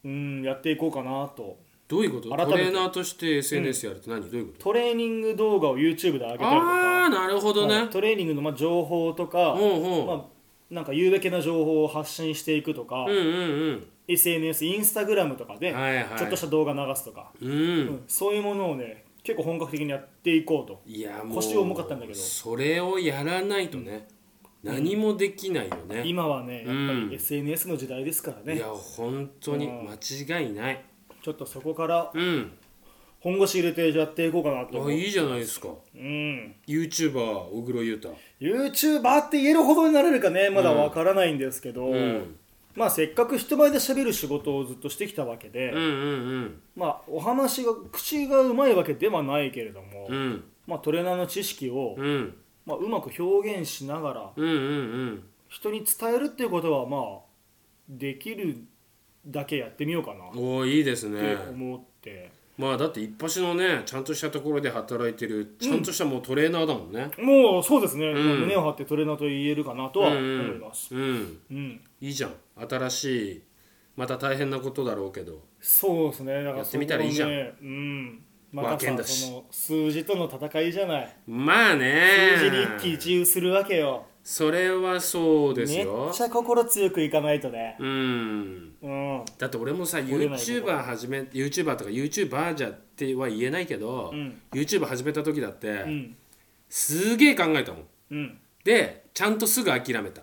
Speaker 2: うん、やっていこうかなと
Speaker 1: どういうことト
Speaker 2: 改めて
Speaker 1: レーナーとして SNS やるって何、どういうこ
Speaker 2: トレーニング動画を YouTube で上げたりと
Speaker 1: と
Speaker 2: か
Speaker 1: ああーなるほど
Speaker 2: はい
Speaker 1: ね
Speaker 2: トレーニングのまあ情報とか、
Speaker 1: ほうほ
Speaker 2: まあ、なんか有べきな情報を発信していくとか、
Speaker 1: ううんうん
Speaker 2: SNS インスタグラムとか
Speaker 1: う
Speaker 2: で
Speaker 1: んはいはい
Speaker 2: ちょっとした動画流すとか、
Speaker 1: うん
Speaker 2: うんそういうものをね結構本格的にやっていこうと
Speaker 1: いやもう
Speaker 2: 腰重かったんだけど
Speaker 1: それをやらないとね、何もできないよね、
Speaker 2: 今はねやっぱ
Speaker 1: うん
Speaker 2: り SNS の時代ですからね、
Speaker 1: いや本当に
Speaker 2: うん
Speaker 1: 間違いない
Speaker 2: ちょっとそこから
Speaker 1: うん
Speaker 2: 本腰入れてやっていこうかなと思
Speaker 1: あ
Speaker 2: う、
Speaker 1: いいじゃないですか
Speaker 2: うん、
Speaker 1: YouTuber 小黒裕太
Speaker 2: YouTuber って言えるほどになれるかねまだわからないんですけど、
Speaker 1: うん
Speaker 2: まあ、せっかく人前で喋る仕事をずっとしてきたわけで、
Speaker 1: うんうん
Speaker 2: まあ、お話が口がうまいわけではないけれども、
Speaker 1: うんうん
Speaker 2: まあ、トレーナーの知識を、
Speaker 1: うん
Speaker 2: まあ、うまく表現しながら
Speaker 1: うんうん
Speaker 2: 人に伝えるっていうことはまあできるだけやってみようか
Speaker 1: うん
Speaker 2: な
Speaker 1: おーいいですね
Speaker 2: って思って、
Speaker 1: まあだって一発のねちゃんとしたところで働いてるちゃんとしたもうトレーナーだもんね
Speaker 2: もうそうですね、
Speaker 1: ん
Speaker 2: 胸を張ってトレーナーと言えるかなとは思います、
Speaker 1: うん、うん、
Speaker 2: うん
Speaker 1: いいじゃん新しいまた大変なことだろうけど
Speaker 2: そうですねだから
Speaker 1: やってみたらいいじゃん
Speaker 2: そこをねうんま
Speaker 1: わ
Speaker 2: た
Speaker 1: けん
Speaker 2: さ
Speaker 1: だし
Speaker 2: その数字との戦いじゃない
Speaker 1: まあね
Speaker 2: 数字に一喜一憂するわけよ
Speaker 1: それはそうです
Speaker 2: めっ
Speaker 1: よ
Speaker 2: ちゃ心強くいかないとね
Speaker 1: うん
Speaker 2: うん
Speaker 1: だって俺もさ
Speaker 2: 折れない
Speaker 1: YouTuber 始め YouTuber とか YouTuber じゃっては言えないけど、
Speaker 2: うん
Speaker 1: YouTube 始めた時だって、
Speaker 2: うん
Speaker 1: すげえ考えたもん
Speaker 2: うん
Speaker 1: でちゃんとすぐ諦めた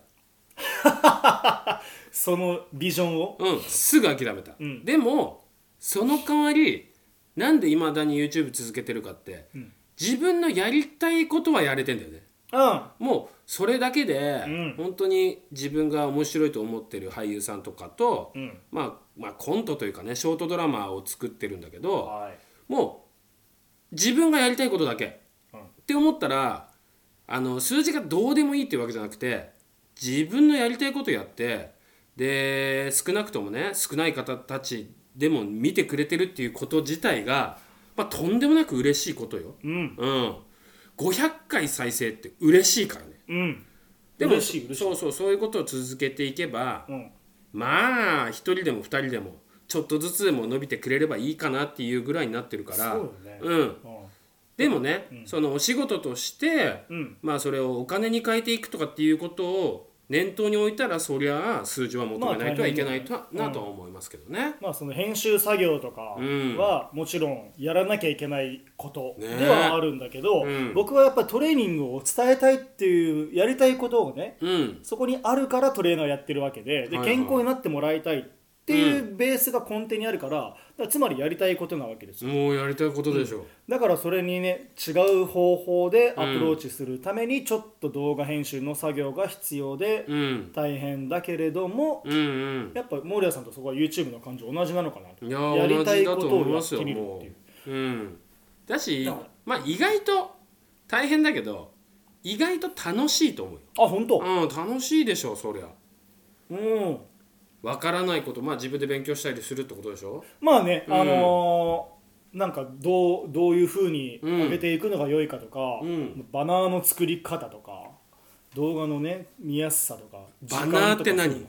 Speaker 2: そのビジョンを
Speaker 1: うんすぐ諦めた、
Speaker 2: うん
Speaker 1: でもその代わりなんでいまだに YouTube 続けてるかって、
Speaker 2: うん
Speaker 1: 自分のやりたいことはやれてんだよね
Speaker 2: うん
Speaker 1: もうそれだけで、
Speaker 2: うん
Speaker 1: 本当に自分が面白いと思ってる俳優さんとかと、
Speaker 2: うん
Speaker 1: まあ、まあコントというかねショートドラマを作ってるんだけど
Speaker 2: はい
Speaker 1: もう自分がやりたいことだけ、
Speaker 2: うん
Speaker 1: って思ったらあの数字がどうでもいいっていうわけじゃなくて自分のやりたいことやってで少なくともね少ない方たちでも見てくれてるっていうこと自体が、まあ、とんでもなく嬉しいことよ。
Speaker 2: うん
Speaker 1: うん、500回再生って嬉しいからね。
Speaker 2: うん
Speaker 1: でも
Speaker 2: 嬉しい嬉しい
Speaker 1: そうそうそういうことを続けていけば
Speaker 2: うん
Speaker 1: まあ1人でも2人でもちょっとずつでも伸びてくれればいいかなっていうぐらいになってるか
Speaker 2: そう
Speaker 1: ら
Speaker 2: よね
Speaker 1: うん、でもね、そのお仕事として、
Speaker 2: うん
Speaker 1: まあそれをお金に変えていくとかっていうことを念頭に置いたらそりゃあ数字は求めないとはいけないとは、
Speaker 2: まあ大変だよね
Speaker 1: なとは思いますけどね。
Speaker 2: まあその編集作業とかはもちろんやらなきゃいけないこと
Speaker 1: ね
Speaker 2: ではあるんだけど、
Speaker 1: うん
Speaker 2: 僕はやっぱりトレーニングを伝えたいっていうやりたいことをね
Speaker 1: うん、
Speaker 2: そこにあるからトレーナーやってるわけでで
Speaker 1: はいはい
Speaker 2: 健康になってもらいたいっていうベースが根底にあるからだからつまりやりたいことなわけですよ
Speaker 1: もうやりたいことでしょう。
Speaker 2: だからそれにね違う方法でアプローチするためにちょっと動画編集の作業が必要で
Speaker 1: うん、
Speaker 2: 大変だけれども
Speaker 1: うん、うん。
Speaker 2: やっぱ森谷さんとそこは YouTube の感情同じなのかなと
Speaker 1: いやー
Speaker 2: やりたい
Speaker 1: 同
Speaker 2: こ
Speaker 1: じだ
Speaker 2: と
Speaker 1: と思
Speaker 2: を
Speaker 1: い
Speaker 2: や
Speaker 1: ま
Speaker 2: っ
Speaker 1: す
Speaker 2: て
Speaker 1: よ
Speaker 2: みるって
Speaker 1: も
Speaker 2: いう
Speaker 1: う、うん、だし
Speaker 2: だから
Speaker 1: まあ意外と大変だけど意外と楽しいと思うよ
Speaker 2: あ本当
Speaker 1: うん楽しいでしょそりゃ
Speaker 2: うん
Speaker 1: わからないことまあ自分で勉強したりするってことでしょ
Speaker 2: まあね、
Speaker 1: うん
Speaker 2: あのーなんかどうどういうふうに
Speaker 1: うん
Speaker 2: 上げていくのが良いかとか、
Speaker 1: うん
Speaker 2: バナーの作り方とか動画のね見やすさとか
Speaker 1: バナーって何
Speaker 2: 時間とかそういう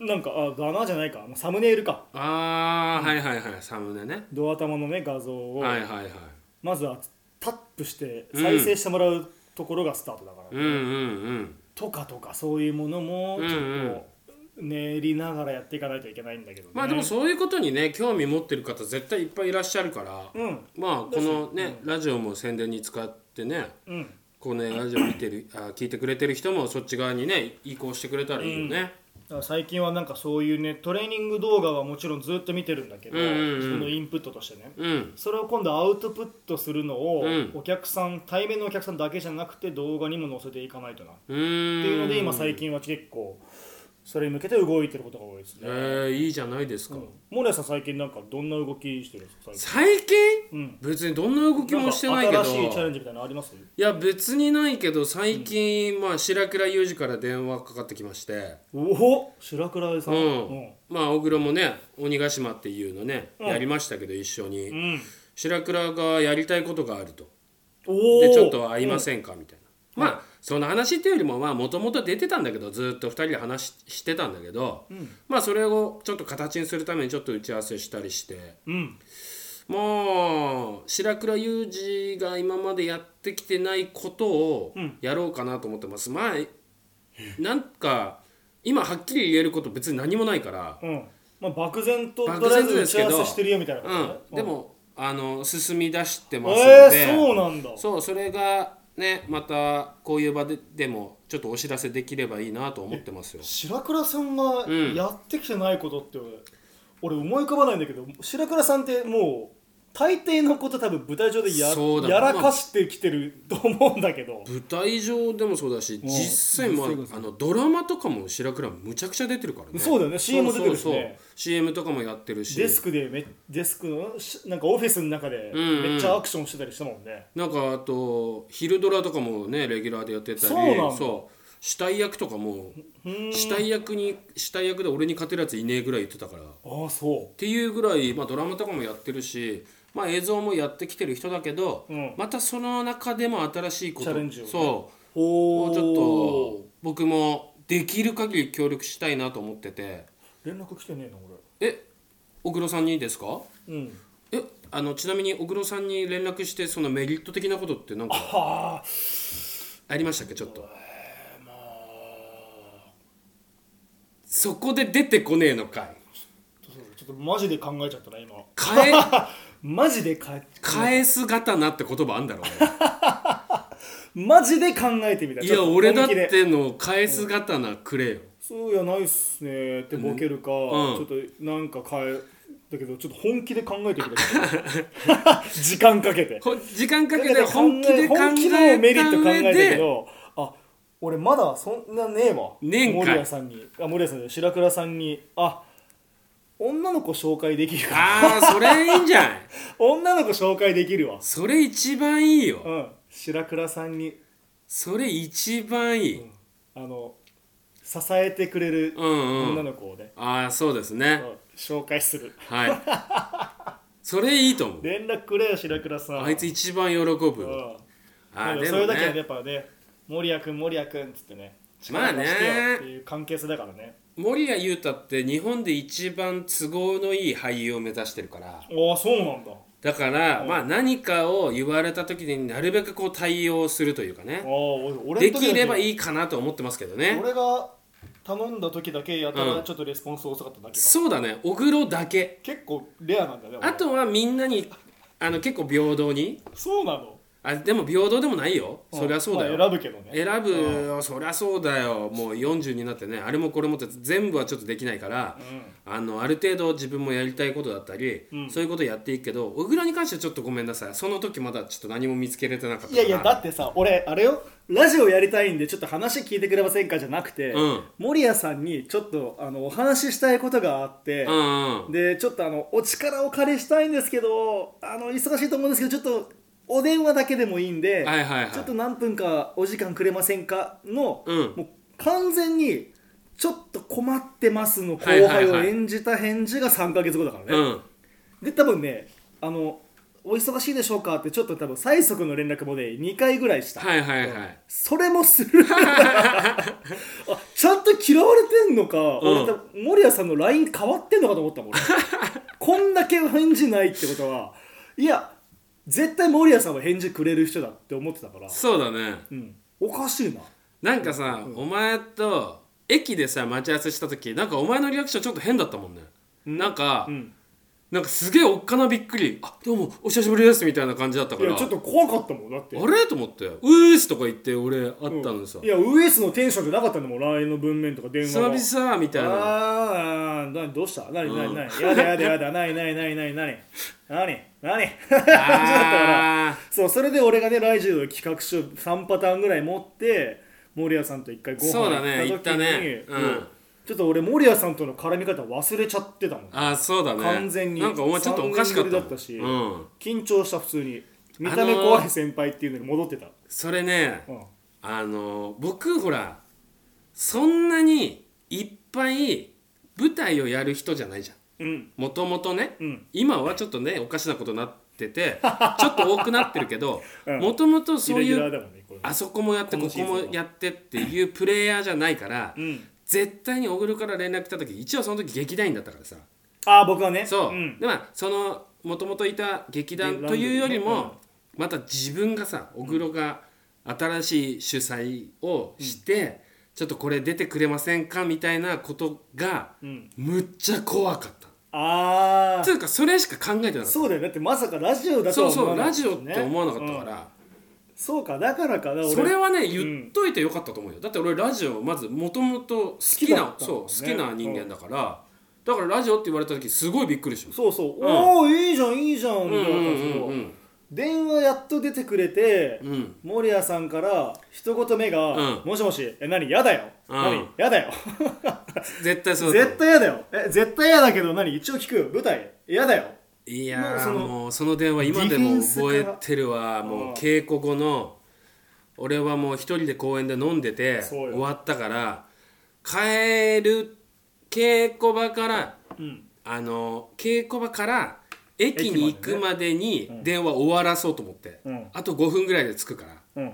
Speaker 2: のなんかあバナーじゃないかあのサムネイルか
Speaker 1: ああ、はいはいはいサムネね
Speaker 2: ドア玉のね画像を、
Speaker 1: はいはいはい
Speaker 2: まずはタップして再生してもらうところがスタートだから、
Speaker 1: うんうん
Speaker 2: とかとかそういうものも
Speaker 1: うんうん
Speaker 2: ちょっと練りながらやっていかないといけないんだけどね
Speaker 1: まあでもそういうことにね興味持ってる方絶対いっぱいいらっしゃるから
Speaker 2: うん
Speaker 1: まあこのねラジオも宣伝に使ってね
Speaker 2: うん
Speaker 1: こうねラジオ見てるあ聞いてくれてる人もそっち側にね移行してくれたらいいよね
Speaker 2: だから最近はなんかそういうねトレーニング動画はもちろんずっと見てるんだけど、
Speaker 1: うんうんうん
Speaker 2: そのインプットとしてね
Speaker 1: うん
Speaker 2: それを今度アウトプットするのを、
Speaker 1: うん
Speaker 2: お客さん対面のお客さんだけじゃなくて動画にも載せていかないとなっ
Speaker 1: うーん
Speaker 2: ていうので今最近は結構それに向けて動いてることが多いですね、
Speaker 1: えー、いいじゃないですか、
Speaker 2: モレさん最近なんかどんな動きしてるんですか
Speaker 1: 最
Speaker 2: 最
Speaker 1: 近
Speaker 2: 近、うん、
Speaker 1: 別にどんな動きもしてないけど
Speaker 2: んか新しいチャレンジみたいなのあります
Speaker 1: いや別にないけど最近、まあ白倉裕二から電話かかってきまして
Speaker 2: おお白倉さん、
Speaker 1: うん
Speaker 2: うん
Speaker 1: まあ小黒もね鬼ヶ島っていうのね、
Speaker 2: うん
Speaker 1: やりましたけど一緒に、
Speaker 2: うん、
Speaker 1: 白倉がやりたいことがあると
Speaker 2: おお
Speaker 1: でちょっと会いませんかみたいな、まあその話っていうよりもまあもともと出てたんだけどずっと2人で話ししてたんだけど、
Speaker 2: うん
Speaker 1: まあそれをちょっと形にするためにちょっと打ち合わせしたりして
Speaker 2: うん
Speaker 1: もう白倉裕二が今までやってきてないことを
Speaker 2: うん
Speaker 1: やろうかなと思ってます、まあなんか今はっきり言えること別に何もないから、
Speaker 2: うんまあ漠然と
Speaker 1: 漠然
Speaker 2: とりあえ
Speaker 1: と
Speaker 2: ず
Speaker 1: で
Speaker 2: 打
Speaker 1: す
Speaker 2: ち
Speaker 1: け
Speaker 2: 合
Speaker 1: ど
Speaker 2: わせしてるよみたいなことね
Speaker 1: うん、でも、あの進み出してますの
Speaker 2: え
Speaker 1: で、
Speaker 2: ー、そうなんだ
Speaker 1: そうそれがねまたこういう場ででもちょっとお知らせできればいいなと思ってますよ
Speaker 2: 白倉さんが
Speaker 1: うん
Speaker 2: やってきてないことって俺,、俺思い浮かばないんだけど白倉さんってもう大抵のこと多分舞台上でや
Speaker 1: そうだ
Speaker 2: やらかしてきてると思うんだけど
Speaker 1: 舞台上でもそうだし
Speaker 2: うん
Speaker 1: 実際も
Speaker 2: 実際です
Speaker 1: あのドラマとかも白倉むちゃくちゃ出てるからね
Speaker 2: そうだよね CM も出てるしね
Speaker 1: そうそうそう CM とかもやってるし
Speaker 2: デスクでめデスクのしなんかオフィスの中で
Speaker 1: うんうん
Speaker 2: めっちゃアクションしてたりしたもんね、
Speaker 1: なんかあと昼ドラとかもねレギュラーでやってたり
Speaker 2: そうなんだ
Speaker 1: そう死体役とかも
Speaker 2: うん
Speaker 1: 死体役に死体役で俺に勝てるやついねえぐらい言ってたから
Speaker 2: ああそ
Speaker 1: っていうぐらい、まあ、ドラマとかもやってるし、まあ、映像もやってきてる人だけど、
Speaker 2: うん
Speaker 1: またその中でも新しいこと
Speaker 2: チャレンジをね
Speaker 1: そう
Speaker 2: うお
Speaker 1: を
Speaker 2: お
Speaker 1: ちょっと僕もできる限り協力したいなと思ってて
Speaker 2: 連絡来てねえな
Speaker 1: え小黒さんにですか
Speaker 2: 俺うん
Speaker 1: えあのちなみに小黒さんに連絡してそのメリット的なことってなんか
Speaker 2: はあ
Speaker 1: ありましたっけちょっとそこで出てこねえのかい
Speaker 2: ちょっとマジで考えちゃったな今
Speaker 1: 返
Speaker 2: マジでか
Speaker 1: 返す刀って言葉あんだろうね
Speaker 2: マジで考えてみた
Speaker 1: い
Speaker 2: ち
Speaker 1: や
Speaker 2: ょと
Speaker 1: 俺だっ
Speaker 2: 本気で
Speaker 1: ての返す刀くれよ、
Speaker 2: そうやないっすねってボケる
Speaker 1: ん
Speaker 2: か、ちょっとなんか変えだけどちょっと本気で考えてくれ 時間かけて
Speaker 1: ほ時間かけて本気で考
Speaker 2: 本気
Speaker 1: え
Speaker 2: のメリット考え
Speaker 1: た上
Speaker 2: たけ
Speaker 1: で
Speaker 2: どあ俺まだそんなねえわ
Speaker 1: ねえんかい
Speaker 2: 森谷さんにあ森谷さんで白倉さんにあ女の子紹介できるか
Speaker 1: ああそれいいんじゃない
Speaker 2: 女の子紹介できるわ
Speaker 1: それ一番いいよ、
Speaker 2: うん白倉さんに
Speaker 1: それ一番いい、
Speaker 2: あの支えてくれる
Speaker 1: うんうん
Speaker 2: 女の子をね、
Speaker 1: ああそうですね
Speaker 2: そう紹介する
Speaker 1: はいそれいいと思う
Speaker 2: 連絡くれよ白倉さん
Speaker 1: あいつ一番喜ぶ
Speaker 2: うん
Speaker 1: よあ
Speaker 2: な
Speaker 1: あ
Speaker 2: んか
Speaker 1: で
Speaker 2: そ
Speaker 1: も
Speaker 2: れだけはや
Speaker 1: ね
Speaker 2: っぱね森谷君森谷君っつってね
Speaker 1: まあ
Speaker 2: 力
Speaker 1: ね
Speaker 2: 出してよっていう関係性だからね
Speaker 1: 守谷裕太って日本で一番都合のいい俳優を目指してるから
Speaker 2: ああそうなんだあ
Speaker 1: だから、まあ何かを言われた時になるべくこう対応するというか
Speaker 2: あ
Speaker 1: ね
Speaker 2: 俺俺
Speaker 1: で
Speaker 2: の時だけ
Speaker 1: きればいいかなと思ってますけどね
Speaker 2: 俺が頼んだ時だけやた
Speaker 1: う
Speaker 2: ら
Speaker 1: ん
Speaker 2: ちょっとレスポンス遅かっただけか、
Speaker 1: そうだね小黒だけ
Speaker 2: 結構レアなんだね俺
Speaker 1: あとはみんなにあの結構平等に
Speaker 2: そうなの
Speaker 1: あでも平等でもないよそりゃそうだよ、
Speaker 2: まあ選ぶけどね
Speaker 1: 選ぶよそりゃそうだよもう40になってねあれもこれもって全部はちょっとできないから、あのある程度自分もやりたいことだったり、そういうことやっていくけど小倉に関してはちょっとごめんなさいその時まだちょっと何も見つけれてなかったか
Speaker 2: い
Speaker 1: ら
Speaker 2: やいやだってさ俺あれよラジオやりたいんでちょっと話聞いてくれませんかじゃなくて、
Speaker 1: うん
Speaker 2: 森谷さんにちょっとあのお話ししたいことがあって、
Speaker 1: うんうん
Speaker 2: でちょっとあのお力を借りしたいんですけどあの忙しいと思うんですけどちょっとお電話だけでもいいんで、
Speaker 1: はいはいはい
Speaker 2: ちょっと何分かお時間くれませんかの、
Speaker 1: うん
Speaker 2: もう完全にちょっと困ってますの後
Speaker 1: はいはい
Speaker 2: 輩
Speaker 1: は
Speaker 2: を
Speaker 1: い
Speaker 2: 演じた返事が3ヶ月後だからね、
Speaker 1: うん
Speaker 2: で多分ねあのお忙しいでしょうかってちょっと多分最速の連絡もね2回ぐらいした、
Speaker 1: はいはいはい
Speaker 2: それもす るあちゃんと嫌われてんのか、俺多分森谷さんの LINE 変わってんのかと思ったもん俺こんだけ返事ないってことはいや絶対森谷さんは返事くれる人だって思ってたから、
Speaker 1: そうだね
Speaker 2: うん、おかしいな
Speaker 1: なんかさ、お前と駅でさ待ち合わせした時なんかお前のリアクションちょっと変だったもんね、なんか、
Speaker 2: ん
Speaker 1: なんかすげえおっかなびっくり「あどうもお久しぶりです」みたいな感じだった
Speaker 2: い
Speaker 1: から
Speaker 2: やちょっと怖かったもんだって
Speaker 1: あれと思って「ウエス」とか言って俺あったのにさ
Speaker 2: いやウエスのテンションじゃなかったんだもん LINE の文面とか電話は
Speaker 1: 久々みたいな
Speaker 2: あーあー何どうした何何何、やだやだやだ何何何何何何何
Speaker 1: あ
Speaker 2: そうそれで俺がねラジオの企画書3パターンぐらい持って森谷さんと一回ご飯
Speaker 1: そうだね
Speaker 2: 行った時に
Speaker 1: 行ったねうん
Speaker 2: ちょっと俺森谷さんとの絡み方忘れちゃってたもん
Speaker 1: ーあーそうだね
Speaker 2: 完全に
Speaker 1: なんかお前ちょっとおかしかったもん
Speaker 2: 三年ぶりだったし
Speaker 1: うん、
Speaker 2: 緊張した普通に見た
Speaker 1: あの
Speaker 2: 目
Speaker 1: ー
Speaker 2: 怖い先輩っていうのに戻ってた、
Speaker 1: それね
Speaker 2: うん、
Speaker 1: あの僕ほらそんなにいっぱい舞台をやる人じゃないじゃん
Speaker 2: うん
Speaker 1: もともとね、
Speaker 2: うん
Speaker 1: 今はちょっとねおかしなことになって てちょっと多くなってるけど
Speaker 2: うん
Speaker 1: もともとそ
Speaker 2: イ
Speaker 1: う
Speaker 2: レギ
Speaker 1: い
Speaker 2: ュラー
Speaker 1: う
Speaker 2: だもんねこれ
Speaker 1: あそこもやって
Speaker 2: こ
Speaker 1: ここ
Speaker 2: のシーズンは
Speaker 1: もやってっていうプレイヤーじゃないから、
Speaker 2: うん、
Speaker 1: 絶対に小黒から連絡来た時一応その時劇団員だったからさ
Speaker 2: ああ僕はね
Speaker 1: そう、
Speaker 2: ん
Speaker 1: でまあそのもともといた劇団というより
Speaker 2: ランドリー
Speaker 1: も、また自分がさ小黒が新しい主催をして、ちょっとこれ出てくれませんかみたいなことが
Speaker 2: うん、
Speaker 1: むっちゃ怖かった
Speaker 2: あ
Speaker 1: つうかそれしか考えてな
Speaker 2: あ
Speaker 1: かっ
Speaker 2: そうだよねだってまさかラジオ
Speaker 1: た
Speaker 2: だと
Speaker 1: そう
Speaker 2: は思
Speaker 1: そう
Speaker 2: わなか
Speaker 1: ラ
Speaker 2: った
Speaker 1: ジオって思わなかった
Speaker 2: うん
Speaker 1: から、
Speaker 2: そうかだからかな俺
Speaker 1: それはね
Speaker 2: 俺
Speaker 1: 言っといてよかったと思うよ、だって俺ラジオまずもともと好き
Speaker 2: きだ
Speaker 1: な
Speaker 2: っ、た
Speaker 1: そう
Speaker 2: もん
Speaker 1: 好
Speaker 2: ね
Speaker 1: きな人間だから、だからラジオって言われた時すごいびっくりしまし
Speaker 2: そうそう、
Speaker 1: うん
Speaker 2: おおいいじゃんいいじゃん
Speaker 1: た
Speaker 2: って
Speaker 1: うん
Speaker 2: 思っ
Speaker 1: う
Speaker 2: た
Speaker 1: ん
Speaker 2: んですけど、
Speaker 1: うん
Speaker 2: 電話やっと出てくれて
Speaker 1: う、ん
Speaker 2: 守屋さんから一言目が
Speaker 1: うん
Speaker 2: 「もしもしえ何やだよ、
Speaker 1: うん
Speaker 2: 何やだよ
Speaker 1: 絶対そうだと思
Speaker 2: 絶対やだよえ絶対やだけど何一応聞くよ舞台やだよ
Speaker 1: ういや
Speaker 2: もう
Speaker 1: ー
Speaker 2: その
Speaker 1: もうその電話今でも覚えてるわ
Speaker 2: ディフェンスから
Speaker 1: も
Speaker 2: う
Speaker 1: うん稽古後の俺はもう一人で公園で飲んでて
Speaker 2: そう
Speaker 1: 終
Speaker 2: よ
Speaker 1: わったから帰る稽古場から
Speaker 2: うん
Speaker 1: あの稽古場から駅に行くまでに電話終わらそうと思って、
Speaker 2: うん
Speaker 1: あと5分ぐらいで着くから
Speaker 2: うん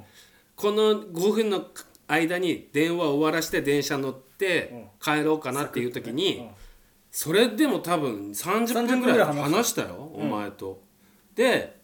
Speaker 1: この5分の間に電話終わらして電車乗って帰ろうかなっていう時に、
Speaker 2: うん
Speaker 1: それでも多分30分ぐらい話したよお前と。で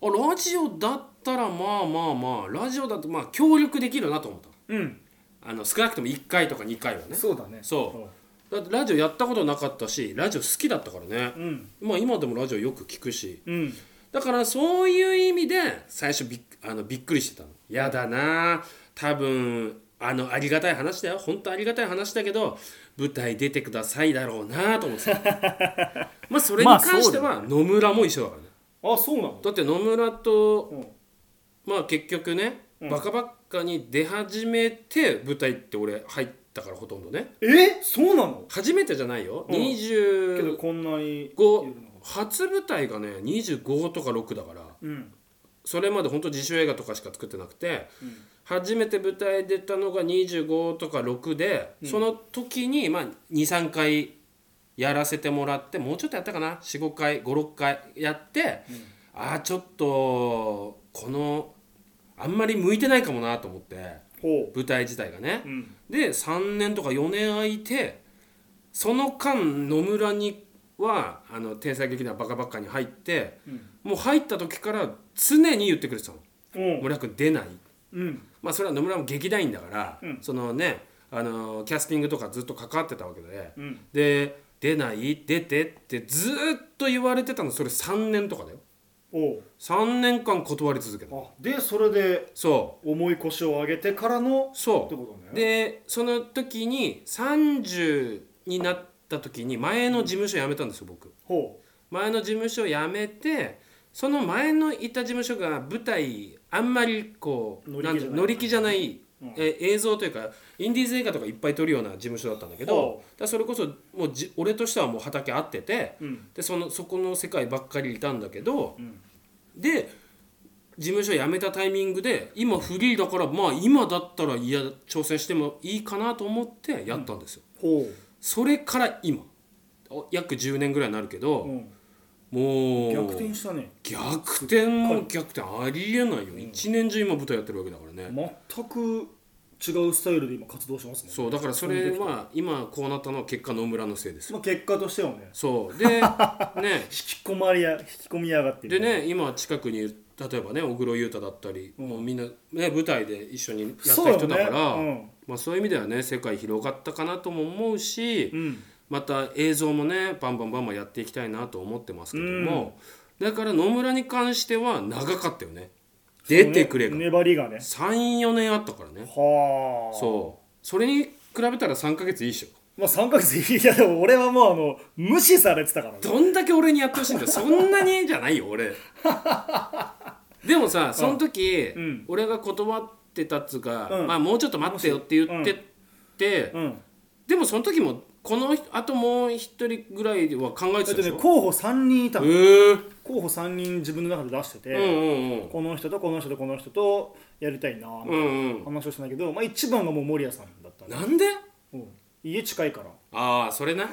Speaker 1: あラジオだったらまあまあまあラジオだとまあ協力できるなと思った
Speaker 2: うん
Speaker 1: あの少なくとも1回とか2回はね
Speaker 2: そうだね
Speaker 1: そだってラジオやったことなかったしラジオ好きだったからね
Speaker 2: う、ん
Speaker 1: まあ今でもラジオよく聞くし
Speaker 2: うん
Speaker 1: だからそういう意味で最初びっあのびっくりしてたのやだなあ多分あのありがたい話だよ本当ありがたい話だけど舞台出てくださいだろうなあと思ってた まあそれに
Speaker 2: ま
Speaker 1: 関
Speaker 2: あそうだよ
Speaker 1: しては野村も一緒だからね
Speaker 2: あそうなの
Speaker 1: だって野村と
Speaker 2: うん
Speaker 1: まあ結局ね、バカバカに出始めて舞台って俺入ったからほとんどね
Speaker 2: えそうなの
Speaker 1: 初めてじゃないよ、
Speaker 2: うんけど
Speaker 1: 25
Speaker 2: こんなに
Speaker 1: 初舞台がね25とか6だから
Speaker 2: うん
Speaker 1: それまで本当自主映画とかしか作ってなくて、初めて舞台出たのが25とか6で、その時に、まあ、23回やらせてもらってもうちょっとやったかな45回56回やって、ああちょっとこのあんまり向いてないかもなと思って
Speaker 2: ほ
Speaker 1: 舞台自体がね
Speaker 2: う、うん
Speaker 1: で3年とか4年空いてその間野村にはあの天才劇団バカバカに入って、もう入った時から常に言ってくれてたの
Speaker 2: うん
Speaker 1: 村君出ない
Speaker 2: うん
Speaker 1: まあそれは野村も劇団員だから、
Speaker 2: うん
Speaker 1: そのねあのキャスティングとかずっと関わってたわけで
Speaker 2: うん
Speaker 1: で出ない出てってずーっと言われてたのそれ3年とかだよ
Speaker 2: おう
Speaker 1: 3年間断り続けた
Speaker 2: あでそれで
Speaker 1: そ
Speaker 2: 重い腰を上げてから
Speaker 1: う
Speaker 2: の
Speaker 1: そう
Speaker 2: ってことね
Speaker 1: でその時に30になった時に前の事務所辞めたんですよ僕
Speaker 2: ほ
Speaker 1: 前の事務所辞めてその前のいた事務所が舞台あんまりこう
Speaker 2: 乗り気
Speaker 1: なんて
Speaker 2: じゃない
Speaker 1: 乗り気じゃない、
Speaker 2: うん
Speaker 1: え映像というかインディーズ映画とかいっぱい撮るような事務所だったんだけど
Speaker 2: ほ
Speaker 1: だからそれこそもうじ俺としてはもう畑合ってて
Speaker 2: ううん
Speaker 1: でそのそこの世界ばっかりいたんだけど
Speaker 2: うん
Speaker 1: で事務所辞めたタイミングで今フリーだからまあ今だったらいや挑戦してもいいかなと思ってやったんですよ、
Speaker 2: ほ
Speaker 1: それから今お約10年ぐらいになるけ
Speaker 2: うう
Speaker 1: ど、
Speaker 2: ん
Speaker 1: もう
Speaker 2: 逆転したね
Speaker 1: 逆転も逆転ありえないよ、一年中今舞台やってるわけだからね、
Speaker 2: 全く違うスタイルで今活動してますもんね
Speaker 1: そうだからそれは今こうなったのは結果野村のせいですよ
Speaker 2: まあ、結果としてはね
Speaker 1: そう でね
Speaker 2: 引き込まれや引き込みやがって
Speaker 1: で
Speaker 2: る
Speaker 1: ね今近くに例えばね小黒裕太だったり、もうみんな、ね、舞台で一緒にやった
Speaker 2: そうよ
Speaker 1: 人だから
Speaker 2: ね
Speaker 1: まあ、そういう意味ではね世界広がったかなとも思うし、
Speaker 2: うんうん
Speaker 1: また映像もねバンバンバンバンやっていきたいなと思ってますけども、だから野村に関しては長かったよね出てくれが、
Speaker 2: そうね粘りがね
Speaker 1: 34年あったからね
Speaker 2: はあ
Speaker 1: そうそれに比べたら3ヶ月いいっしょ
Speaker 2: まあ3ヶ月いやでも俺はもうあの無視されてたからね
Speaker 1: どんだけ俺にやってほしいんだよそんなにじゃないよ俺 でもさその時、
Speaker 2: うん
Speaker 1: 俺が断ってたっつうか、
Speaker 2: うん
Speaker 1: まあもうちょっと待ってよって言ってて、
Speaker 2: うん
Speaker 1: でもその時もこの人あともう一人ぐらいは考え
Speaker 2: だ
Speaker 1: て
Speaker 2: った
Speaker 1: で
Speaker 2: て
Speaker 1: し
Speaker 2: ね
Speaker 1: ょ
Speaker 2: 候補3人いた
Speaker 1: え
Speaker 2: の
Speaker 1: ー
Speaker 2: 候補3人自分の中で出して
Speaker 1: う
Speaker 2: て、
Speaker 1: んうん
Speaker 2: この人とこの人とこの人とやりたいな
Speaker 1: うんうんうん
Speaker 2: 話をしたんだけど、まあ、一番がもう守屋さんだったね
Speaker 1: なんで
Speaker 2: うん家近いから
Speaker 1: ああそれな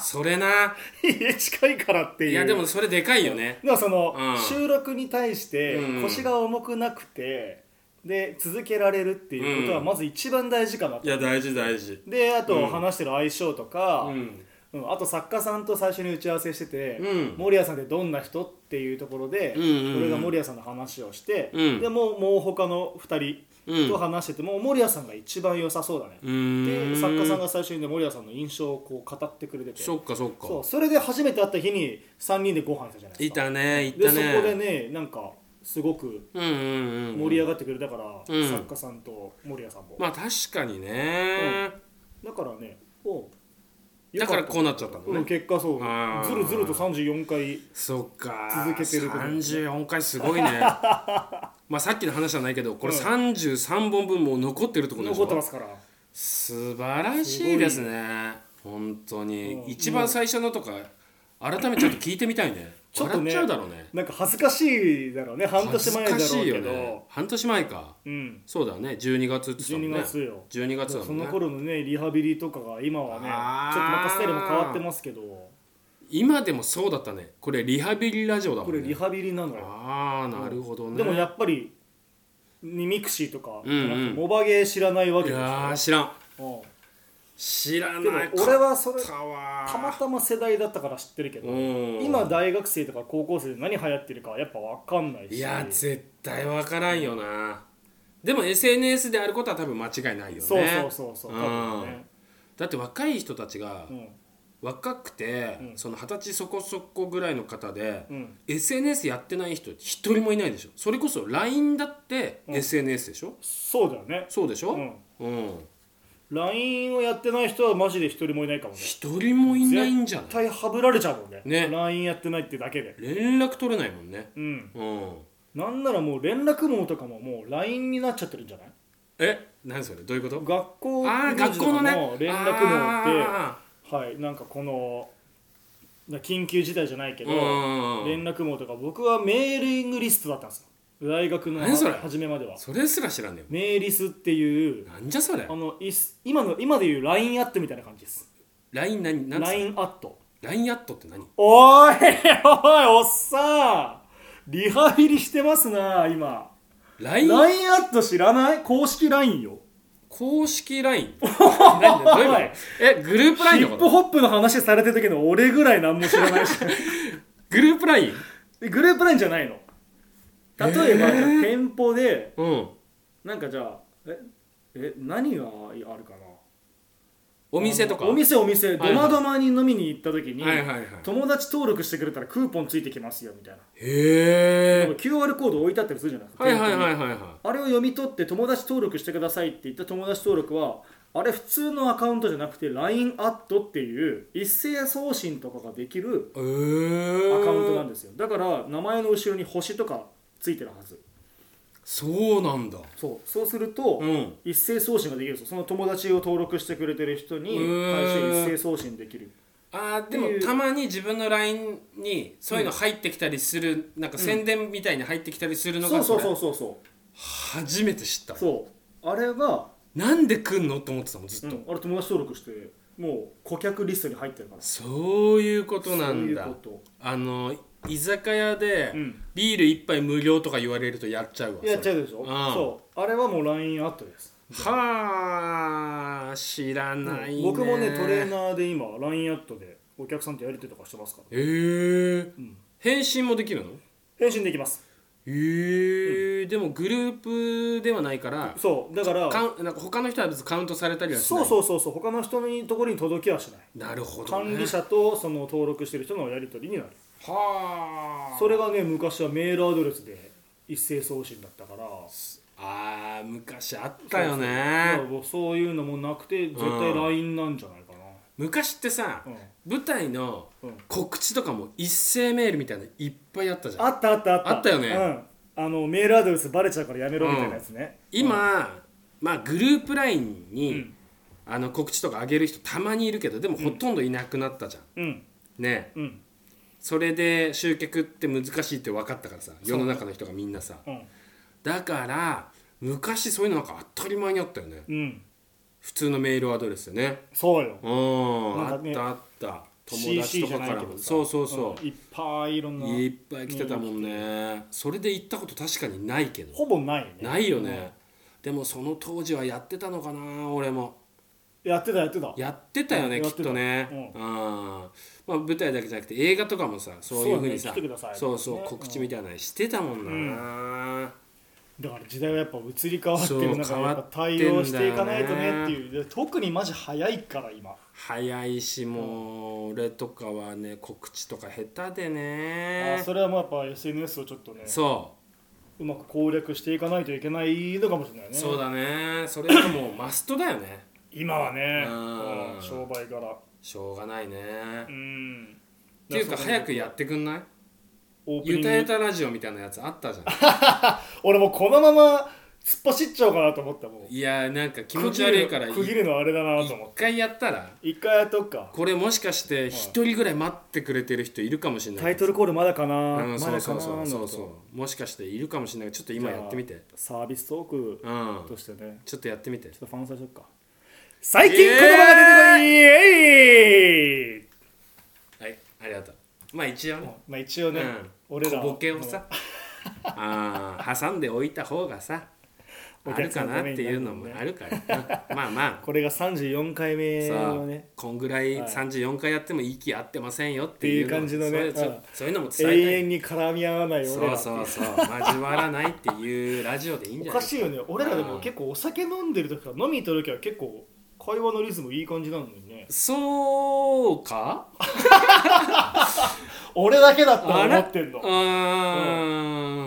Speaker 1: それな
Speaker 2: 家近いからっていう
Speaker 1: い
Speaker 2: い
Speaker 1: やでもそれでかいよね
Speaker 2: だからその、
Speaker 1: うん
Speaker 2: 収録に対して
Speaker 1: うん
Speaker 2: 腰が重くなくて、で続けられるっていうことは
Speaker 1: うん
Speaker 2: まず一番大事かなと、
Speaker 1: いや大事大事
Speaker 2: であ
Speaker 1: うん
Speaker 2: と話してる相性とか、
Speaker 1: うん
Speaker 2: うん、あと作家さんと最初に打ち合わせしてて、
Speaker 1: うん
Speaker 2: 森谷さんってどんな人っていうところで、
Speaker 1: うんうんうん
Speaker 2: 俺が森谷さんの話をして、
Speaker 1: うん
Speaker 2: でもうもう他の2人と話してて、もう森谷さんが一番良さそうだね、
Speaker 1: うー
Speaker 2: で
Speaker 1: ん
Speaker 2: 作家さんが最初にね森谷さんの印象をこう語ってくれてて
Speaker 1: そっかそっか
Speaker 2: そうそれで初めて会った日に3人でご飯したじゃないで
Speaker 1: い
Speaker 2: すか
Speaker 1: たねい
Speaker 2: で
Speaker 1: た
Speaker 2: そ
Speaker 1: ね
Speaker 2: こでねなんかすごく
Speaker 1: うんうんうん
Speaker 2: 盛り上がってくれたから、
Speaker 1: うん
Speaker 2: 作家さんと森谷さんも、
Speaker 1: まあ確かにね、
Speaker 2: だからねおう
Speaker 1: だからこうなっちゃったのね
Speaker 2: うん結果そう
Speaker 1: あー
Speaker 2: ずるずると34回
Speaker 1: そっか
Speaker 2: 続けてること
Speaker 1: 34回すごいね まあさっきの話じゃないけどこれ
Speaker 2: うん
Speaker 1: 33本分もう残ってるってことでし
Speaker 2: 残
Speaker 1: ょ
Speaker 2: ってますから
Speaker 1: 素晴らしいですね本当に、
Speaker 2: うん
Speaker 1: 一番最初のとか改めてちょっと聞いてみたいね
Speaker 2: ちょっとね
Speaker 1: 笑っちゃうだろうね
Speaker 2: なんか恥ずかしいだろうね半年前だろう
Speaker 1: 恥ずかしい
Speaker 2: け
Speaker 1: よ
Speaker 2: ど、
Speaker 1: ね半年前か
Speaker 2: うん
Speaker 1: そうだよね12月って言ってたも
Speaker 2: 12
Speaker 1: んね
Speaker 2: 月よ、
Speaker 1: 12月だ
Speaker 2: そ
Speaker 1: もん
Speaker 2: の
Speaker 1: ね
Speaker 2: 頃のねリハビリとかが今はね
Speaker 1: あー
Speaker 2: ちょっとまたスタイルも変わってますけどこ
Speaker 1: 今でもそうだったねこれリハビリラジオだもんね
Speaker 2: れリハビリなのよ
Speaker 1: ああなるほどね
Speaker 2: でもやっぱりにミクシーとか
Speaker 1: うんうん
Speaker 2: モバゲー知らないわ
Speaker 1: い
Speaker 2: けでし
Speaker 1: やー知らん
Speaker 2: ょ、
Speaker 1: 知ら
Speaker 2: うん、
Speaker 1: な
Speaker 2: でも
Speaker 1: い
Speaker 2: 俺はそれ
Speaker 1: かわ
Speaker 2: たまたま世代だったから知ってるけど
Speaker 1: うん
Speaker 2: 今大学生とか高校生で何流行ってるかやっぱ分かんないし
Speaker 1: いや絶対わからんよなでも SNS であることは多分間違いないよね
Speaker 2: そうそうそうそう、
Speaker 1: う
Speaker 2: 多
Speaker 1: ん
Speaker 2: 分ね、
Speaker 1: だって若い人たちが
Speaker 2: うん
Speaker 1: 若くて、
Speaker 2: うん
Speaker 1: その二十歳そこそこぐらいの方で、
Speaker 2: うん
Speaker 1: SNS やってない人一人もいないでしょそれこそ LINE だって
Speaker 2: うん
Speaker 1: SNS でしょ、
Speaker 2: そうだよね
Speaker 1: そうでしょ
Speaker 2: うん
Speaker 1: うん、
Speaker 2: LINE をやってない人はマジで一人もいないかもね
Speaker 1: 一人もいないんじゃ
Speaker 2: 絶
Speaker 1: ない
Speaker 2: 対はぶられちゃうもんね
Speaker 1: ね
Speaker 2: LINE やってないってだけで
Speaker 1: 連絡取れないもんね
Speaker 2: うん
Speaker 1: うん
Speaker 2: なんならもう連絡網とかももう LINE になっちゃってるんじゃない
Speaker 1: え何それどういうこと
Speaker 2: 学校
Speaker 1: ああ
Speaker 2: 行事
Speaker 1: 学
Speaker 2: と
Speaker 1: 校の
Speaker 2: か
Speaker 1: ね
Speaker 2: も連絡網って
Speaker 1: あ
Speaker 2: はいなんかこのな緊急事態じゃないけ
Speaker 1: ー
Speaker 2: ど、
Speaker 1: うん
Speaker 2: 連絡網とか僕はメーリングリストだったんですよ大学の
Speaker 1: 何それ
Speaker 2: 初めまでは
Speaker 1: それすら知らねえ
Speaker 2: メーリスっていう
Speaker 1: よなんじゃそれ
Speaker 2: あのいす今の今でいう LINE アットみたいな感じです
Speaker 1: LINE 何何つ
Speaker 2: LINE アット
Speaker 1: ラインアットって何
Speaker 2: おい おいおっさんリハビリしてますな今
Speaker 1: LINE
Speaker 2: LINE アット知らない公式 LINE よ
Speaker 1: 公式 LINE 何どういうことえグループ
Speaker 2: ヒ
Speaker 1: LINE の
Speaker 2: ッ
Speaker 1: こ
Speaker 2: プ
Speaker 1: と
Speaker 2: ホップの話されてる時の俺ぐらい何も知らないし
Speaker 1: グループ LINE
Speaker 2: で グループ LINE じゃないの例えば、じゃあ店舗で
Speaker 1: うん
Speaker 2: なんかじゃあええ何があるかな
Speaker 1: お店とか
Speaker 2: あのお店お店
Speaker 1: はい
Speaker 2: ドマドマに飲みに行った時に、
Speaker 1: はいはいはい
Speaker 2: 友達登録してくれたらクーポンついてきますよみたいな、
Speaker 1: へえ
Speaker 2: QR コード置いてあったりするじゃないですか、
Speaker 1: はいはい
Speaker 2: 店舗
Speaker 1: は
Speaker 2: に
Speaker 1: いはいは
Speaker 2: あれを読み取って友達登録してくださいって言った友達登録はあれ普通のアカウントじゃなくて LINE アットっていう一斉送信とかができる
Speaker 1: いえ
Speaker 2: ア
Speaker 1: ー
Speaker 2: カウントなんですよだから名前の後ろに星とかついてるはず
Speaker 1: そうなんだ
Speaker 2: そうそうすると、
Speaker 1: うん
Speaker 2: 一斉送信ができるんですよその友達を登録してくれてる人に
Speaker 1: うーん
Speaker 2: 対して一斉送信できる
Speaker 1: あーでも
Speaker 2: っていう
Speaker 1: たまに自分の LINE にそういうの入ってきたりする、なんか宣伝みたいに入ってきたりするの
Speaker 2: そう
Speaker 1: が
Speaker 2: そ
Speaker 1: こ
Speaker 2: う
Speaker 1: れ
Speaker 2: そうそうそ
Speaker 1: 初めて知った
Speaker 2: うそうあれは、
Speaker 1: なんで来んのと思ってたもんず
Speaker 2: う
Speaker 1: っ
Speaker 2: ん
Speaker 1: と、
Speaker 2: あれ友達登録してもう顧客リストに入ってるから
Speaker 1: そういうことなんだ
Speaker 2: そういうこ
Speaker 1: あの居酒屋で
Speaker 2: と、うん、
Speaker 1: ビール一杯無料とか言われるとやっちゃうわ
Speaker 2: やっちゃ
Speaker 1: う
Speaker 2: うでしょ、
Speaker 1: ん
Speaker 2: そうあれはもう LINE アットです
Speaker 1: はあ知らないね
Speaker 2: 僕もねトレーナーで今 LINE アットでお客さんとやり取りとかしてますから
Speaker 1: えー
Speaker 2: ん
Speaker 1: 返信もできるの
Speaker 2: 返信できます
Speaker 1: えーでもグループではないから
Speaker 2: そうだから
Speaker 1: かんなんか他の人は別にカウントされたりはしないう
Speaker 2: そそうそうそう他の人のところに届きはしない
Speaker 1: なるほど、ね、
Speaker 2: 管理者とその登録してる人のやり取りになる
Speaker 1: はあ
Speaker 2: それがね昔はメールアドレスで一斉送信だったから
Speaker 1: あー昔あったよね
Speaker 2: そうそうそういうのもなくて絶対
Speaker 1: うん
Speaker 2: LINE なんじゃないか
Speaker 1: 昔ってさ、
Speaker 2: な、うん
Speaker 1: 舞台の
Speaker 2: うん
Speaker 1: 告知とかも一斉メールみたいなのいっぱいあったじゃん
Speaker 2: あったあったあった
Speaker 1: あったよね
Speaker 2: うん、あのメールアドレスバレちゃうからやめろみたいなやつね、
Speaker 1: 今、まあグループ LINE に、
Speaker 2: うん
Speaker 1: あの告知とか上げる人たまにいるけどでもほとんどいなくなったじゃん、
Speaker 2: うん
Speaker 1: ね
Speaker 2: うん
Speaker 1: それで集客って難しいって分かったからさ
Speaker 2: う
Speaker 1: 世の中の人がみんなさ
Speaker 2: うん
Speaker 1: だから昔そういうのなんか当たり前にあったよね
Speaker 2: うん
Speaker 1: 普通のメールアドレスでね
Speaker 2: そうよ
Speaker 1: うん、
Speaker 2: な
Speaker 1: あ
Speaker 2: ん
Speaker 1: っ
Speaker 2: かね
Speaker 1: たあった友達と
Speaker 2: CC じゃ
Speaker 1: か
Speaker 2: な
Speaker 1: か
Speaker 2: い
Speaker 1: ら
Speaker 2: け
Speaker 1: も
Speaker 2: どさ
Speaker 1: そうそうそ
Speaker 2: んいっぱいいろん
Speaker 1: う、
Speaker 2: ない
Speaker 1: っぱい来てたもんねそれで行ったこと確かにないけど
Speaker 2: ほぼないよね
Speaker 1: ないよね、でもその当時はやってたのかな俺も
Speaker 2: やってたやってた
Speaker 1: やってたよね、
Speaker 2: うん
Speaker 1: き
Speaker 2: や
Speaker 1: っ
Speaker 2: ってた
Speaker 1: とね、う
Speaker 2: うん
Speaker 1: まあ、舞台だけじゃなくて映画とかもさそういうふうにさ
Speaker 2: そうだね来てください
Speaker 1: そうそう
Speaker 2: ね
Speaker 1: 告知みたいなのしてたもんな、
Speaker 2: だから時代はやっぱ移り変わって
Speaker 1: そう
Speaker 2: る中でやっぱ対
Speaker 1: 変わ
Speaker 2: 応
Speaker 1: ってん
Speaker 2: し
Speaker 1: だ
Speaker 2: てい
Speaker 1: よね
Speaker 2: かないとねっていうで特にマジ早いから今
Speaker 1: 早いしもう俺とかはね告知とか下手でね
Speaker 2: あそれはもうやっぱ SNS をちょっとね
Speaker 1: そう、
Speaker 2: まく攻略していかないといけないのかもしれないうね
Speaker 1: そうだねそれはもうマストだよね
Speaker 2: 今はね
Speaker 1: うん
Speaker 2: うん商売柄
Speaker 1: しょうがないね、っ
Speaker 2: うん
Speaker 1: ていうか早くやってくんない
Speaker 2: オープニ
Speaker 1: ゆた
Speaker 2: ン
Speaker 1: ゆ
Speaker 2: グ
Speaker 1: たラジオみたいなやつあったじゃん
Speaker 2: 俺もうこのまま突っ走っちゃおうかなと思ったもん
Speaker 1: いやなんか気持ち悪いからい
Speaker 2: 区切る区切るのあれだなと思っ
Speaker 1: 一回やったら
Speaker 2: て一回やっとくか
Speaker 1: これもしかして一人ぐらい待ってくれてる人いるかもしれない
Speaker 2: タイトルコールまだかな
Speaker 1: うん、
Speaker 2: ま
Speaker 1: そう
Speaker 2: だか
Speaker 1: そう
Speaker 2: な
Speaker 1: そうそう
Speaker 2: の
Speaker 1: そうもしかしているかもしれないからちょっと
Speaker 2: と
Speaker 1: 今やってみて
Speaker 2: じゃあサービストーク
Speaker 1: うん
Speaker 2: としてね
Speaker 1: ちょっとやってみて
Speaker 2: ちょっとファンサしよっか最近言葉が出てこないえい
Speaker 1: はいありがとうまあ一応ね、
Speaker 2: まあ一応ね、
Speaker 1: うん、
Speaker 2: 俺らは
Speaker 1: 小ボケをさ あー挟んでおいた方がさ
Speaker 2: お
Speaker 1: あ
Speaker 2: 客
Speaker 1: る
Speaker 2: さ
Speaker 1: か
Speaker 2: んのた
Speaker 1: なっ
Speaker 2: めに
Speaker 1: て
Speaker 2: な
Speaker 1: いう
Speaker 2: るも
Speaker 1: の
Speaker 2: んね
Speaker 1: もある から、うんまあまあ
Speaker 2: これが34回目
Speaker 1: さ
Speaker 2: の
Speaker 1: あ、
Speaker 2: ね
Speaker 1: こんぐらい
Speaker 2: はい
Speaker 1: 34回やっても息合ってませんよっていう
Speaker 2: っていう感じのね
Speaker 1: そういううんそういうのも伝
Speaker 2: 永
Speaker 1: え
Speaker 2: 遠に絡み合わない
Speaker 1: たい
Speaker 2: 俺
Speaker 1: そう
Speaker 2: ら
Speaker 1: そうそう交わらないっていうラジオでいいんじ
Speaker 2: お
Speaker 1: ゃな
Speaker 2: か
Speaker 1: い
Speaker 2: しいよね俺らでも結構お酒飲んでる時から飲みに行った時は結構会話のリズムいい感じなのにね
Speaker 1: そうか
Speaker 2: 俺だけだったら
Speaker 1: あら
Speaker 2: 思ってんの
Speaker 1: うー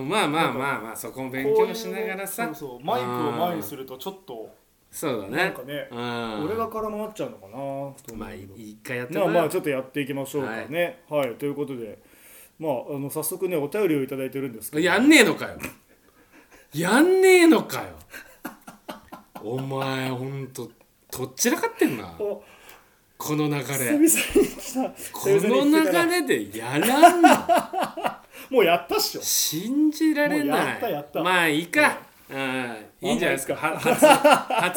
Speaker 1: んまあまあまあまあそこも勉強しながらさ
Speaker 2: こういうねそうそうマイクを前にす
Speaker 1: る
Speaker 2: るとちょっと
Speaker 1: そうだね
Speaker 2: なんかね
Speaker 1: うん
Speaker 2: 俺が絡まっちゃうのかなと思う
Speaker 1: まあ一回やって
Speaker 2: ま
Speaker 1: み
Speaker 2: あ
Speaker 1: よう
Speaker 2: まあちょっとやっていきましょうかねはい、ということでまああの早速ねお便りをいただいてるんですけど
Speaker 1: やんねえのかよやんねえのかよお前ほんととっちらかってんな
Speaker 2: お
Speaker 1: この流
Speaker 2: 久
Speaker 1: れ
Speaker 2: 々に来た
Speaker 1: こ
Speaker 2: 久々に来てた
Speaker 1: の流
Speaker 2: ら
Speaker 1: れでやらんの
Speaker 2: もうやったっしょ
Speaker 1: 信じられ
Speaker 2: もう
Speaker 1: ない
Speaker 2: やったやった
Speaker 1: まあいいか、うん、いいんじゃないですか
Speaker 2: まあ
Speaker 1: は初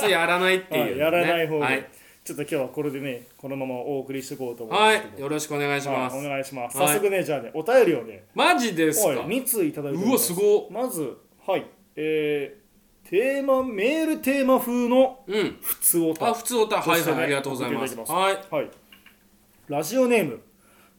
Speaker 1: 初やらないっていう、
Speaker 2: はいやらない方が、
Speaker 1: はい、
Speaker 2: ちょっと今日はこれでねこのままお送りしていこうと思うん
Speaker 1: は
Speaker 2: ですけ
Speaker 1: い、
Speaker 2: ど、
Speaker 1: よろしくお願いします、
Speaker 2: はいお願いします
Speaker 1: はい
Speaker 2: 早速ね、じゃあねお便りをね
Speaker 1: マジですか
Speaker 2: はい2通いただいており
Speaker 1: う
Speaker 2: ま
Speaker 1: わ
Speaker 2: す
Speaker 1: すごっ
Speaker 2: まずはいえー、テーマメールテーマ風の
Speaker 1: うん
Speaker 2: 普通おた
Speaker 1: あ普通おたはい
Speaker 2: そ
Speaker 1: は
Speaker 2: うです
Speaker 1: い
Speaker 2: ね
Speaker 1: ありがとうございます
Speaker 2: 送っていただき
Speaker 1: はい
Speaker 2: はいラジオネーム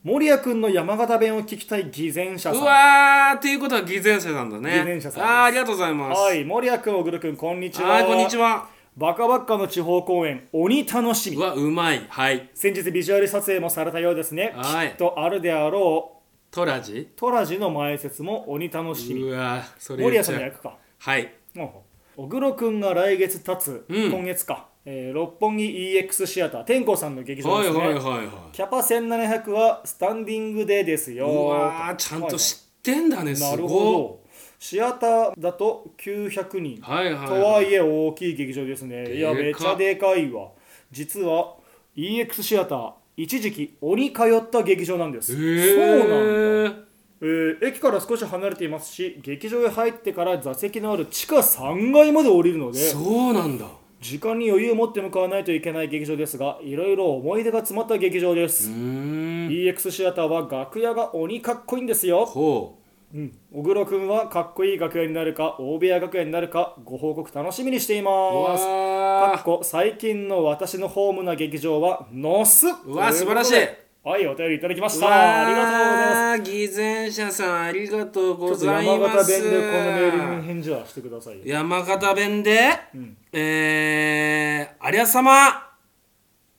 Speaker 2: 守谷君の山形弁を聞きたい偽善者さん
Speaker 1: うわーっていうことは偽善者なんだね
Speaker 2: 偽善者さんです
Speaker 1: あーありがとうございます
Speaker 2: はい守谷君小黒君こんにちは
Speaker 1: はいこんにちは
Speaker 2: バカバッカの地方公演鬼楽しみ
Speaker 1: うわうまいはい
Speaker 2: 先日ビジュアル撮影もされたようですね、
Speaker 1: はい
Speaker 2: きっとあるであろう
Speaker 1: トラジ
Speaker 2: トラジの前説も鬼楽しみ
Speaker 1: うわーそれ
Speaker 2: 森
Speaker 1: 言っ
Speaker 2: 谷さ
Speaker 1: ち
Speaker 2: んの
Speaker 1: ゃう
Speaker 2: 役か
Speaker 1: はい
Speaker 2: うん小黒くんが来月経つ、
Speaker 1: うん
Speaker 2: 今月か、えー六本木 EX シアター天功さんの劇場
Speaker 1: は
Speaker 2: で
Speaker 1: い
Speaker 2: すね、
Speaker 1: はいはいは
Speaker 2: キャパ1700はスタンディングデーです
Speaker 1: い
Speaker 2: よ
Speaker 1: うわーちゃんと知ってんだねす
Speaker 2: なる
Speaker 1: ご
Speaker 2: ほどシアターだと900人
Speaker 1: いはいはい
Speaker 2: とはい
Speaker 1: え
Speaker 2: え大きい劇場ですねいやめ
Speaker 1: で
Speaker 2: っ
Speaker 1: か
Speaker 2: ちゃでかいわ実は EX シアター一時期鬼通った劇場なんです、そうなんだ
Speaker 1: そうなんだ
Speaker 2: えー駅から少し離れていますし劇場へ入ってから座席のある地下3階まで降りるので
Speaker 1: そうなんだ
Speaker 2: 時間に余裕を持って向かわないといけない劇場ですがいろいろ思い出が詰まった劇場で
Speaker 1: う
Speaker 2: す、
Speaker 1: ーん
Speaker 2: EX シアターは楽屋が鬼かっこいいんですよ、
Speaker 1: ほ
Speaker 2: うん、小黒くんはかっこいい楽屋になるか大部屋楽屋になるかご報告楽しみにしていう
Speaker 1: う
Speaker 2: ますかっ
Speaker 1: わ
Speaker 2: こ最近の私のホームな劇場はノス
Speaker 1: うわ素晴らしい
Speaker 2: とうことではいお便りいただきまし
Speaker 1: ー
Speaker 2: たありがとうござ
Speaker 1: うござ
Speaker 2: います
Speaker 1: います偽善者さんありがとう
Speaker 2: ちょ
Speaker 1: ご
Speaker 2: っと
Speaker 1: ざい
Speaker 2: 山
Speaker 1: ま
Speaker 2: 形
Speaker 1: す
Speaker 2: 弁でこのメールに返事はしてくださいよ
Speaker 1: 山形弁で、
Speaker 2: ん
Speaker 1: えー、ありゃさま、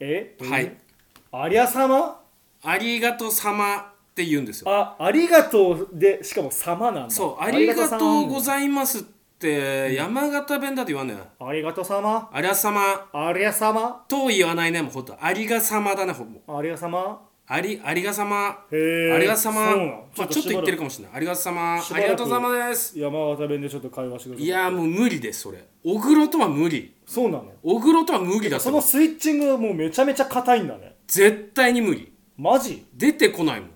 Speaker 2: え
Speaker 1: はい、
Speaker 2: ありゃさま
Speaker 1: ありがとさまって言うんですよ。
Speaker 2: あありがとうでしかもさまなんだ
Speaker 1: そう、ありがとうご
Speaker 2: い
Speaker 1: ざいますって山形弁だと言わない。
Speaker 2: ますありがとうさま
Speaker 1: ありゃさま
Speaker 2: ありゃさま
Speaker 1: と言わないね、もうほんと。ありがさまだね、ほぼ。
Speaker 2: ありがさま
Speaker 1: あり、ありがさま。
Speaker 2: へえ
Speaker 1: ありがさま。
Speaker 2: そうなの
Speaker 1: まあ、ちょっと言ってるか
Speaker 2: も
Speaker 1: もしれない。ありがさま。
Speaker 2: し
Speaker 1: あ
Speaker 2: ばらく
Speaker 1: りがとうさまです。
Speaker 2: 山形弁でちょっと会話してください
Speaker 1: いやーもう無理です、それ。小黒とは無理。
Speaker 2: そうなの
Speaker 1: 小黒とは無理だ
Speaker 2: そ
Speaker 1: と
Speaker 2: の
Speaker 1: 思う。
Speaker 2: スイッチングがもうめちゃめちゃ硬いんだね
Speaker 1: 絶対に無理。
Speaker 2: マジ
Speaker 1: 出てこないもん。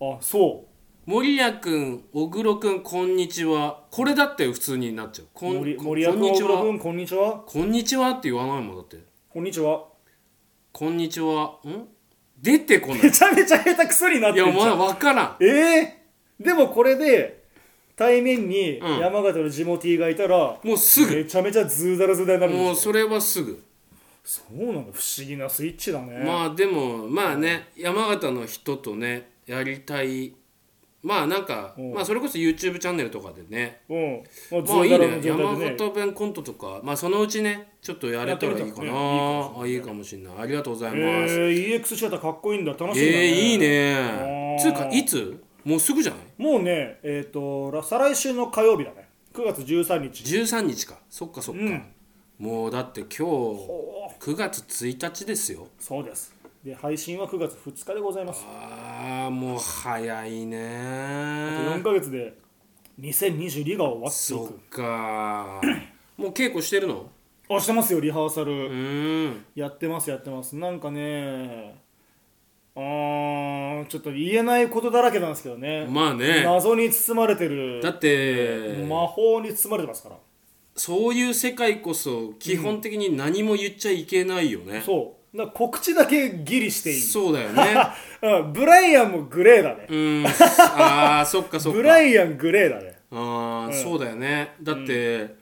Speaker 2: あそう
Speaker 1: 森谷君、小黒君、こんにちは。これだって普通になっちゃう。こん
Speaker 2: 森
Speaker 1: こ
Speaker 2: 森
Speaker 1: こ
Speaker 2: 役
Speaker 1: ん
Speaker 2: の
Speaker 1: にち
Speaker 2: 小黒
Speaker 1: は。
Speaker 2: 君こんにちは
Speaker 1: こんにちはって言わないもんだって。
Speaker 2: こんにちは
Speaker 1: こんにちは。ん出てこ ない。
Speaker 2: めちゃめちゃ下手くそになっ
Speaker 1: い
Speaker 2: て
Speaker 1: や、
Speaker 2: るじゃ
Speaker 1: ま
Speaker 2: ん
Speaker 1: だ分からん。
Speaker 2: えー、でもこれで対面に
Speaker 1: うん
Speaker 2: 山形のジモティーがいたら、
Speaker 1: もうすぐ。
Speaker 2: めちゃめちゃズーダラズーダラになるん
Speaker 1: もう
Speaker 2: です
Speaker 1: そ
Speaker 2: よ
Speaker 1: れはすぐ。
Speaker 2: そうなんだ不思議なスイッチだね
Speaker 1: まあでもまあね山形の人とねやりたいまあなんか
Speaker 2: うん
Speaker 1: まあそれこそ YouTube チャンネルとかでね
Speaker 2: うんまあ
Speaker 1: まあいい
Speaker 2: ゾウ柄
Speaker 1: ね
Speaker 2: の状
Speaker 1: 山
Speaker 2: 態でね
Speaker 1: 形弁コントとかまあそのうちねちょっとやれたらいいかな
Speaker 2: やってみたらね
Speaker 1: あいいかもしれないありがとうございます
Speaker 2: えー、EX シャタかっこいいんだ楽しいんだね
Speaker 1: えーいい
Speaker 2: あ
Speaker 1: ね
Speaker 2: ー
Speaker 1: つうかいつもうすぐじゃない
Speaker 2: もうねえっ、とら再来週の火曜日だね9月13日
Speaker 1: 13日かそっかそっか
Speaker 2: うん
Speaker 1: もうだって今日
Speaker 2: おー
Speaker 1: 9月1日ですよ
Speaker 2: そうですで配信は9月2日でございます
Speaker 1: ああもう早いね
Speaker 2: 4ヶ月で2022が終わっ
Speaker 1: そ
Speaker 2: てい
Speaker 1: っ かもう稽古してるの
Speaker 2: くあしてますよリハーサル、
Speaker 1: うーん
Speaker 2: やってますやってますなんかねあーちょっと言えないことだらけなんですけどね,、
Speaker 1: まあね
Speaker 2: 謎に包まれてる
Speaker 1: だって
Speaker 2: 魔法に包まれてますから、
Speaker 1: そういう世界こそ基本的に何も言っちゃいけないよね、
Speaker 2: そうだから告知だけギリしていい
Speaker 1: そうだよ ね
Speaker 2: うんブライアンもグレーだね
Speaker 1: う、ーんああそっかそっ
Speaker 2: ブ
Speaker 1: か
Speaker 2: ラ
Speaker 1: あ
Speaker 2: イアングレーだね
Speaker 1: あ、そうだよねだって、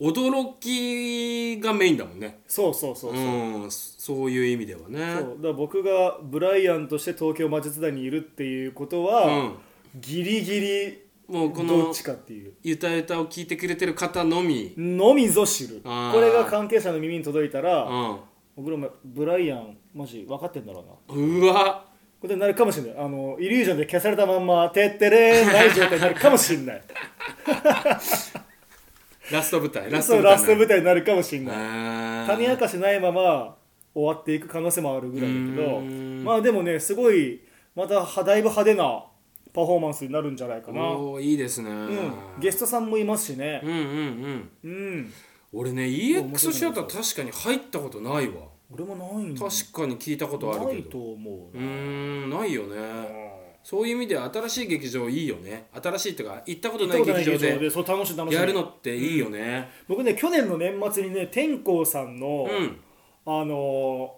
Speaker 1: 驚きがメインだもんね
Speaker 2: そうそうそう
Speaker 1: う
Speaker 2: そう,、
Speaker 1: んそういう意味ではね
Speaker 2: そうだから僕がブライアンとして東京魔術団にいるっていうことは、
Speaker 1: うん
Speaker 2: ギリギリ
Speaker 1: もうこ
Speaker 2: ど
Speaker 1: の
Speaker 2: っちかっていう
Speaker 1: ゆたゆたを聞いてくれてる方のみ、
Speaker 2: のみぞ知る
Speaker 1: あー
Speaker 2: これが関係者の耳に届いたら、
Speaker 1: うん、
Speaker 2: 僕らもブライアンマジ分かってんだろうな
Speaker 1: うわ
Speaker 2: ことになるかもしれないあのイリュージョンで消されたまんま「てって れー」ない状態になるかもしれない
Speaker 1: ラスト舞台ラスト
Speaker 2: そう
Speaker 1: 舞台
Speaker 2: ラスト舞台になるかもしれない
Speaker 1: あー
Speaker 2: 種明かしないまま終わっていく可能性もあるぐらいだけ
Speaker 1: う
Speaker 2: ど
Speaker 1: ーん
Speaker 2: まあでもねすごいまたはだいぶ派手なパフォーマンスになるんじゃないかな、う、
Speaker 1: おーいいですね、うん
Speaker 2: ゲストさんもいますしね
Speaker 1: うんうんうん
Speaker 2: うん
Speaker 1: 俺ね EX シアター確かに入ったことないわ
Speaker 2: 俺もないんだ
Speaker 1: 確かに聞いたことあ
Speaker 2: な
Speaker 1: るけ
Speaker 2: いと
Speaker 1: ど
Speaker 2: 思う
Speaker 1: うー
Speaker 2: な、
Speaker 1: んないよねそういう意味で新しい劇場いいよね新しいっていうか行ったこと
Speaker 2: 行っ
Speaker 1: な
Speaker 2: た
Speaker 1: い
Speaker 2: ことない
Speaker 1: 劇
Speaker 2: 劇
Speaker 1: 場
Speaker 2: 場
Speaker 1: で
Speaker 2: でそう楽しい楽しい
Speaker 1: やるのっていいよね
Speaker 2: 僕ね去年の年末にね天功さんの、
Speaker 1: うん
Speaker 2: あの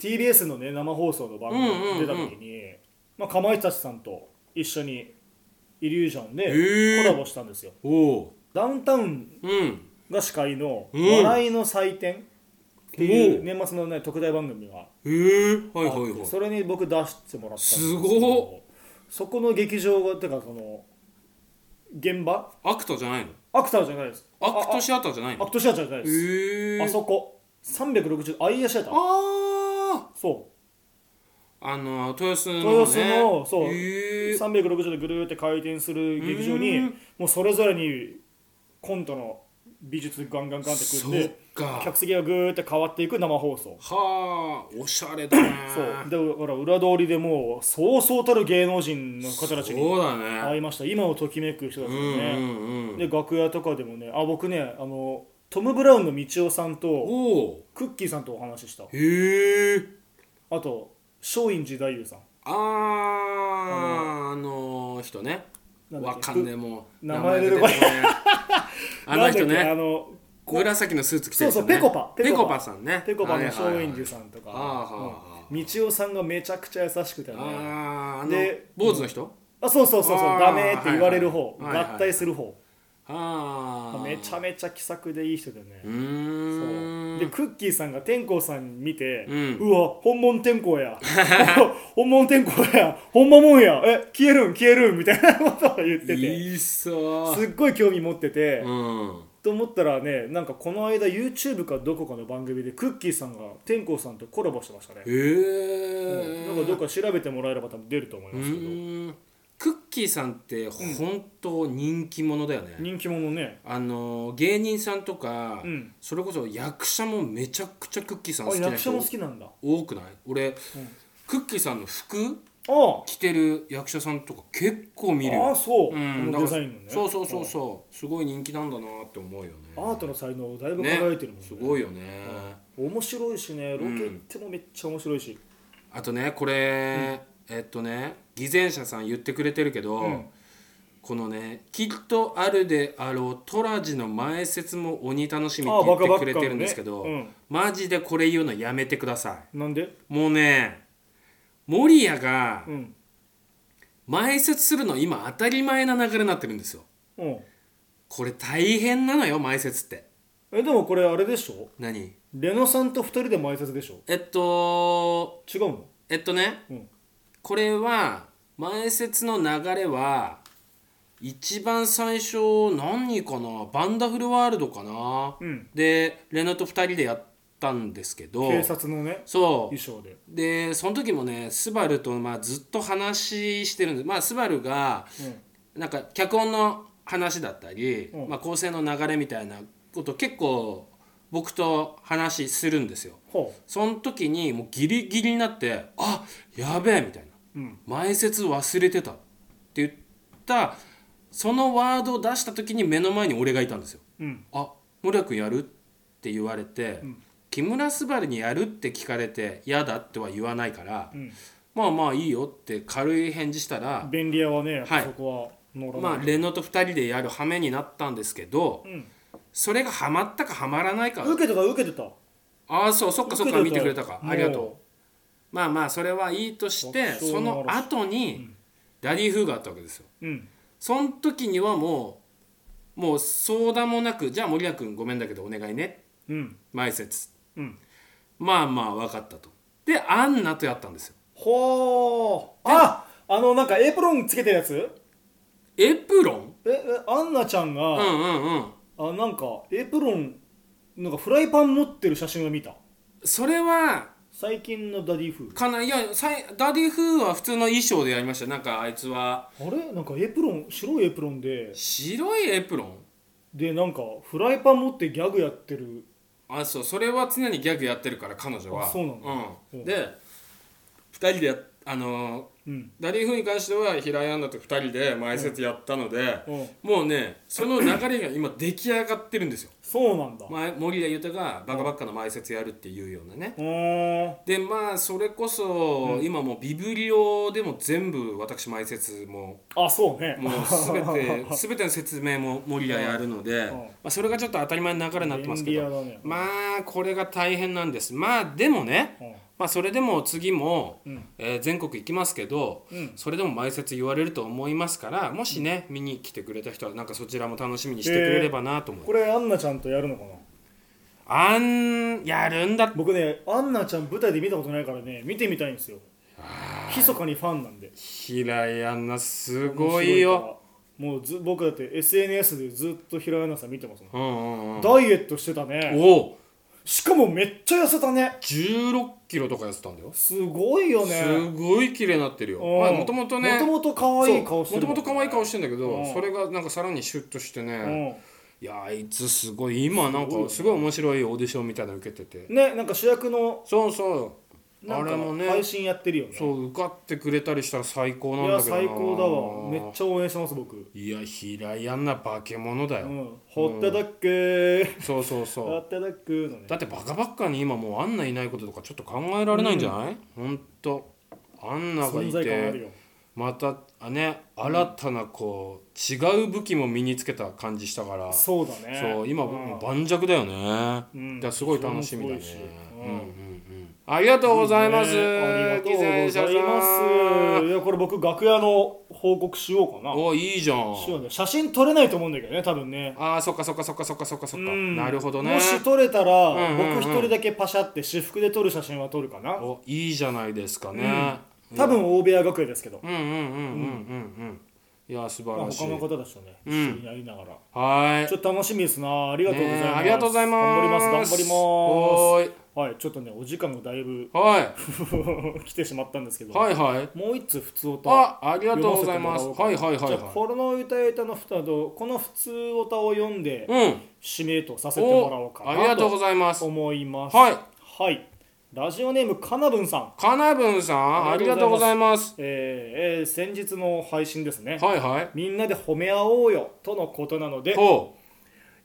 Speaker 2: ー TBS のね生放送の番組
Speaker 1: うんうんうん
Speaker 2: に出た時に、まあ、かまいたちさんと一緒にイリュージョン
Speaker 1: へ
Speaker 2: で
Speaker 1: ー
Speaker 2: コラボしたんですよ、
Speaker 1: おお
Speaker 2: ダウンタウン
Speaker 1: ーうん
Speaker 2: が司会の「
Speaker 1: うん
Speaker 2: 笑いの祭典」ってい
Speaker 1: おう
Speaker 2: う年末のね特大番組があっ
Speaker 1: えー、
Speaker 2: て、
Speaker 1: はいはいはい
Speaker 2: それに僕出してもらったんです
Speaker 1: すご
Speaker 2: そこの劇場がてかその現場
Speaker 1: アクトじゃないの
Speaker 2: アクターじゃないです
Speaker 1: アクト
Speaker 2: シ
Speaker 1: シアターじゃない
Speaker 2: ア
Speaker 1: の
Speaker 2: クトシアターじゃない
Speaker 1: え
Speaker 2: です、
Speaker 1: ー、
Speaker 2: あそこ360アイアシアター
Speaker 1: あ
Speaker 2: そう
Speaker 1: ああの豊洲の、ね、
Speaker 2: 豊洲のそう
Speaker 1: へー
Speaker 2: 360度ぐるーって回転する劇場に
Speaker 1: うん
Speaker 2: もうそれぞれにコントの美術ガンガンガンってくっ
Speaker 1: そってか
Speaker 2: 客席がぐーって変わっていく生放送
Speaker 1: はあおしゃれだね
Speaker 2: そうだから裏通りでもうそうそうたる芸能人の方たちに
Speaker 1: そうだね、
Speaker 2: 会いました今をときめく人たち
Speaker 1: う
Speaker 2: も
Speaker 1: ん
Speaker 2: ね、
Speaker 1: うんうん
Speaker 2: で楽屋とかでもねあ僕ねあのトム・ブラウンの道夫さんと
Speaker 1: おお
Speaker 2: クッキーさんとお話しした
Speaker 1: へえ
Speaker 2: あと松陰寺太夫さん
Speaker 1: あーあの人ね
Speaker 2: なんだっ
Speaker 1: わ
Speaker 2: け
Speaker 1: かんねえもう
Speaker 2: 名前出て
Speaker 1: 名
Speaker 2: こ
Speaker 1: 前出て
Speaker 2: ない
Speaker 1: こね えあの人
Speaker 2: なんだっけ
Speaker 1: ね
Speaker 2: あのこ
Speaker 1: 紫のスーツ着てる人、ね、
Speaker 2: そうそうペコパ
Speaker 1: ペ
Speaker 2: ペコパ
Speaker 1: コパさんね
Speaker 2: ぺこぱの松
Speaker 1: はいはい
Speaker 2: 陰
Speaker 1: はい
Speaker 2: 寺さんとか、
Speaker 1: ああはあはあ
Speaker 2: うん道夫さんがめちゃくちゃ優しくてねあ
Speaker 1: あーあの
Speaker 2: で
Speaker 1: 坊主の人、
Speaker 2: そうそうそうそう
Speaker 1: あー
Speaker 2: ダメって言われる方、
Speaker 1: はいはい
Speaker 2: 合体する方、
Speaker 1: ああ
Speaker 2: めちゃ
Speaker 1: め
Speaker 2: めちゃ気さくでいい人でね
Speaker 1: う、ーん
Speaker 2: そうでクッキーさんが天功さん見て、
Speaker 1: う
Speaker 2: うんわ本物天功や 本物天功や本物もんやえ消えるん消えるんみたいなことを言ってて
Speaker 1: いいっそ
Speaker 2: すっごい興味持ってて、
Speaker 1: うん
Speaker 2: と思ったらねなんかこの間 YouTube かどこかの番組でクッキーさんが天功さんとコラボしてましたね
Speaker 1: へ
Speaker 2: う
Speaker 1: え
Speaker 2: んなんかどっか調べてもらえれば多分出ると思いうますけど、
Speaker 1: ーんクッキーさんって本当人気者だよね、
Speaker 2: 人気者ね
Speaker 1: あの芸人さんとか、
Speaker 2: うん
Speaker 1: それこそ役者もめちゃくちゃクッキーさん好
Speaker 2: あ
Speaker 1: きな
Speaker 2: 役者
Speaker 1: 人
Speaker 2: も好きなんだ
Speaker 1: 多くない俺、クッキーさんの服
Speaker 2: あ
Speaker 1: 着てる役者さんとか結構見る
Speaker 2: ああ
Speaker 1: よ、
Speaker 2: そう、
Speaker 1: うん、
Speaker 2: このデザインのね
Speaker 1: そうそうそうそうすごい人気なんだなって思うよね
Speaker 2: うんアートの才能だいぶ輝いてるもんね
Speaker 1: すごいよね、
Speaker 2: 面白いしねロケ行ってもめっちゃ面白いし、
Speaker 1: あとねこれ、えっとね偽善者さん言ってくれてるけど、
Speaker 2: うん
Speaker 1: このね「きっとあるであろうトラジの前説も鬼楽しみ」
Speaker 2: あ
Speaker 1: って
Speaker 2: あ
Speaker 1: 言
Speaker 2: バ
Speaker 1: っ
Speaker 2: カ
Speaker 1: て
Speaker 2: バカ
Speaker 1: くれ
Speaker 2: も
Speaker 1: て
Speaker 2: ね
Speaker 1: るんですけど、
Speaker 2: うん
Speaker 1: マジでこれ言うのやめてくださ
Speaker 2: なんで
Speaker 1: いもうね守谷が
Speaker 2: うん
Speaker 1: 前説するの今当たり前な流れになってるんですよ
Speaker 2: うん
Speaker 1: これ大変なのよ前説って
Speaker 2: えでもこれあれでしょ
Speaker 1: 何
Speaker 2: レノさんと二人でも挨拶でしょ
Speaker 1: えっと
Speaker 2: 違うの
Speaker 1: えっとね、
Speaker 2: うん
Speaker 1: これは前説の流れは一番最初何かなバンダフルワールドかな、
Speaker 2: うん
Speaker 1: でレノと2人でやったんですけど
Speaker 2: 警察のね
Speaker 1: そう
Speaker 2: 衣装で
Speaker 1: でその時もねスバルとまあずっと話してるんですまあスバルがなんか脚本の話だったり、
Speaker 2: うん
Speaker 1: まあ、構成の流れみたいなこと結構僕と話するんですよ
Speaker 2: ほ
Speaker 1: その時にもうギリギリになって「あやべえ」みたいな
Speaker 2: ううん
Speaker 1: 「前説忘れてた」って言ったそのワードを出した時に目の前に俺がいたんですよ
Speaker 2: うん
Speaker 1: あ森田君やるって言われて、
Speaker 2: ん
Speaker 1: 木村昴にやるって聞かれて嫌だっては言わないから、
Speaker 2: うん
Speaker 1: まあまあいいよって軽い返事したら、
Speaker 2: 便利屋はねやっぱ
Speaker 1: はい
Speaker 2: そこは乗らない、
Speaker 1: まあレノと2人でやる羽目になったんですけど
Speaker 2: うん、
Speaker 1: それがハマったかハマらないか
Speaker 2: 受けてた受けてた
Speaker 1: ああそうそっかそっか見
Speaker 2: 受
Speaker 1: て
Speaker 2: けた
Speaker 1: くれたかありがとうまあまあそれはいいとして
Speaker 2: 爆
Speaker 1: そ
Speaker 2: 笑の
Speaker 1: の
Speaker 2: 嵐
Speaker 1: 後にダディ・フーがあったわけですよ
Speaker 2: ううん
Speaker 1: その時にはもうもう相談もなくじゃあ森田君ごめんだけどお願いね
Speaker 2: うん
Speaker 1: 前説
Speaker 2: うん
Speaker 1: まあまあ分かったとでアンナとやったんですよ
Speaker 2: ほーああのなんかエプロンつけてるやつ
Speaker 1: エプロン
Speaker 2: ええアンナちゃ
Speaker 1: う
Speaker 2: ん
Speaker 1: ん
Speaker 2: が、
Speaker 1: うんうん
Speaker 2: あなんかエプロンなんかフライパン持ってる写真を見た
Speaker 1: それは
Speaker 2: 最近のダディ風
Speaker 1: かないやさいダディ・フーは普通の衣装でやりましたよなんかあいつは
Speaker 2: あれなんかエプロン白いエプロンで
Speaker 1: 白いエプロン
Speaker 2: でなんかフライパン持ってギャグやってる
Speaker 1: あそうそれは常にギャグやってるから彼女は
Speaker 2: あそうなんだ
Speaker 1: う
Speaker 2: うん
Speaker 1: ん、で2人でやあのー
Speaker 2: うん
Speaker 1: ダディ・フーに関しては平井アンナと2人で前説やったので、
Speaker 2: うん
Speaker 1: もうねその流れが今出来上がってるんですよ
Speaker 2: そうなんだ
Speaker 1: 前森田豊がバカバカの前説やるっていうようなね
Speaker 2: うーん
Speaker 1: でまあそれこそ、今もうビブリオでも全部私前説も
Speaker 2: あそうね
Speaker 1: もう全 て全ての説明も森田やるので、
Speaker 2: うん
Speaker 1: まあ、それがちょっと当たり前の流れになってますけ
Speaker 2: 便利屋
Speaker 1: ど
Speaker 2: だね
Speaker 1: まあこれが大変なんですまあでもね、まあ、それでも次も、
Speaker 2: うん
Speaker 1: えー全国行きますけど、
Speaker 2: うん
Speaker 1: それでも前説言われると思いますからもしね、見に来てくれた人はなんかそちらも楽しみにしてくれればなと思う、
Speaker 2: これアンナちゃんとやるのかな
Speaker 1: あんやるんだ
Speaker 2: 僕ねアンナちゃん舞台で見たことないからね見てみたいんですよ密かにファンなんで
Speaker 1: 平井アンナすごいよ
Speaker 2: 面白いからもうず僕だって SNS でずっと平井アナさん見てますもん
Speaker 1: うんうんうん
Speaker 2: ダイエットしてたね
Speaker 1: おお
Speaker 2: しかもめっちゃ痩せたね
Speaker 1: 16キロとかやってたんだよ、
Speaker 2: すごいよ
Speaker 1: す
Speaker 2: ね
Speaker 1: ごい綺麗になってるよまあもともとね
Speaker 2: もともと可愛い顔して
Speaker 1: も
Speaker 2: る
Speaker 1: ともと可愛い顔してんだけ
Speaker 2: う
Speaker 1: ど
Speaker 2: ん
Speaker 1: それがなんかさらにシュッとして
Speaker 2: て
Speaker 1: ねいやあいつすごい今なんかすごい面白いオーディションみたいなの受けてて
Speaker 2: ねなんか主役の
Speaker 1: そうそう
Speaker 2: な
Speaker 1: あ
Speaker 2: ん
Speaker 1: れも
Speaker 2: か
Speaker 1: ね
Speaker 2: 配信やってるよね
Speaker 1: そう受かってくれたりしたら最高
Speaker 2: い
Speaker 1: なん
Speaker 2: や
Speaker 1: だけどな
Speaker 2: 最高だわめっちゃ応援してます僕
Speaker 1: いや平井アンナ化け物だ
Speaker 2: う
Speaker 1: よ、
Speaker 2: んほっただっけー
Speaker 1: そうそう
Speaker 2: ほ
Speaker 1: そ
Speaker 2: っただっけーの
Speaker 1: う
Speaker 2: ね
Speaker 1: だってバカばっかに今もうアンナいないこととかちょっと考えられないんじゃない、ほんとアンナがい
Speaker 2: 存在感あ
Speaker 1: て
Speaker 2: るよ
Speaker 1: またあね新たなこう、違う武器も身につけた感じしたからそ
Speaker 2: そうだ
Speaker 1: う,、
Speaker 2: ね
Speaker 1: 今もう盤石だよね、
Speaker 2: うん
Speaker 1: だからすごい楽しみだね
Speaker 2: そ
Speaker 1: う
Speaker 2: れもす
Speaker 1: ん
Speaker 2: ごいし
Speaker 1: うんうんありがとうございます、
Speaker 2: ねありがとうござい
Speaker 1: 貴
Speaker 2: ま
Speaker 1: 船社
Speaker 2: すいやこれ僕楽屋の報告しようか
Speaker 1: さん
Speaker 2: な
Speaker 1: おいいじゃん
Speaker 2: しようね写真撮れないと思うんだけどね多分ね
Speaker 1: あーそっかそっかそっかそっかそっかそっか
Speaker 2: うん
Speaker 1: なるほどね
Speaker 2: もし撮れたら、
Speaker 1: んうんうん
Speaker 2: 僕一人だけパシャって私服で撮る写真は撮るかな
Speaker 1: おいいじゃないですかね、
Speaker 2: 多分大部屋楽屋ですけど、
Speaker 1: うん、うんうんうんうんうんいや素晴
Speaker 2: まあ、
Speaker 1: らし
Speaker 2: 他
Speaker 1: い
Speaker 2: の方たちとね、
Speaker 1: うん
Speaker 2: 一緒にやりながら
Speaker 1: は
Speaker 2: ち
Speaker 1: ーい
Speaker 2: ょっと楽しみですなありがとうございます、
Speaker 1: ねえありがとうございます
Speaker 2: 頑張ります頑張りま
Speaker 1: おーい
Speaker 2: すはいちょっとねお時間がだいぶ
Speaker 1: はい
Speaker 2: 来てしまったんですけど、
Speaker 1: はいはい
Speaker 2: もう一つ普通歌
Speaker 1: あありがとうございます
Speaker 2: 読ま
Speaker 1: は
Speaker 2: せ
Speaker 1: い
Speaker 2: ても
Speaker 1: はいは
Speaker 2: らおうか
Speaker 1: い
Speaker 2: じゃあ
Speaker 1: は
Speaker 2: この歌い歌のふたとこの普通歌を読んで
Speaker 1: いうん
Speaker 2: 締めとさせてもらお
Speaker 1: お
Speaker 2: うか
Speaker 1: ありが
Speaker 2: な
Speaker 1: とうご
Speaker 2: と
Speaker 1: ざいます
Speaker 2: 思います
Speaker 1: はい
Speaker 2: はいラジオネームかなぶんさん、
Speaker 1: かなぶんさん
Speaker 2: あ
Speaker 1: あ
Speaker 2: り
Speaker 1: り
Speaker 2: が
Speaker 1: がと
Speaker 2: とう
Speaker 1: う
Speaker 2: ご
Speaker 1: ご
Speaker 2: ざ
Speaker 1: ざいます
Speaker 2: えーえー先日の配信ですね
Speaker 1: はいはい
Speaker 2: みんなで褒め合おうよとのことなので
Speaker 1: ほう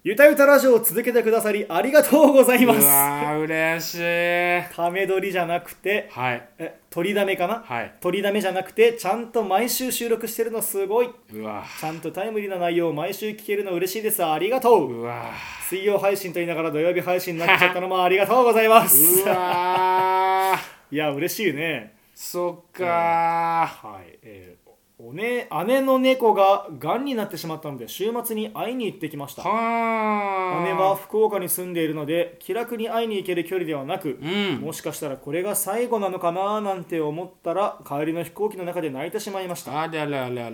Speaker 2: ゆたゆたラジオを続けてくださりありがとうございう
Speaker 1: わ
Speaker 2: ます
Speaker 1: ー嬉しい
Speaker 2: ため撮りじゃなくて
Speaker 1: はい
Speaker 2: え取りだめかな
Speaker 1: はい
Speaker 2: 取りだめじゃなくてちゃんと毎週収録してるのすごいう
Speaker 1: わ
Speaker 2: ちゃんとタイムリーな内容を毎週聞けるの嬉しいですありがとう
Speaker 1: うわ
Speaker 2: 水曜配信と言いながら土曜日配信になっちゃったのもありがとうございます
Speaker 1: うわー
Speaker 2: いや嬉しいね
Speaker 1: そっか
Speaker 2: はい、えーおね、姉の猫ががんになってしまったので週末に会いに行ってきました
Speaker 1: はあ
Speaker 2: 姉は福岡に住んでいるので気楽に会いに行ける距離ではなく、
Speaker 1: うん
Speaker 2: もしかしたらこれが最後なのかななんて思ったら帰りの飛行機の中で泣いてしまいました
Speaker 1: あらららら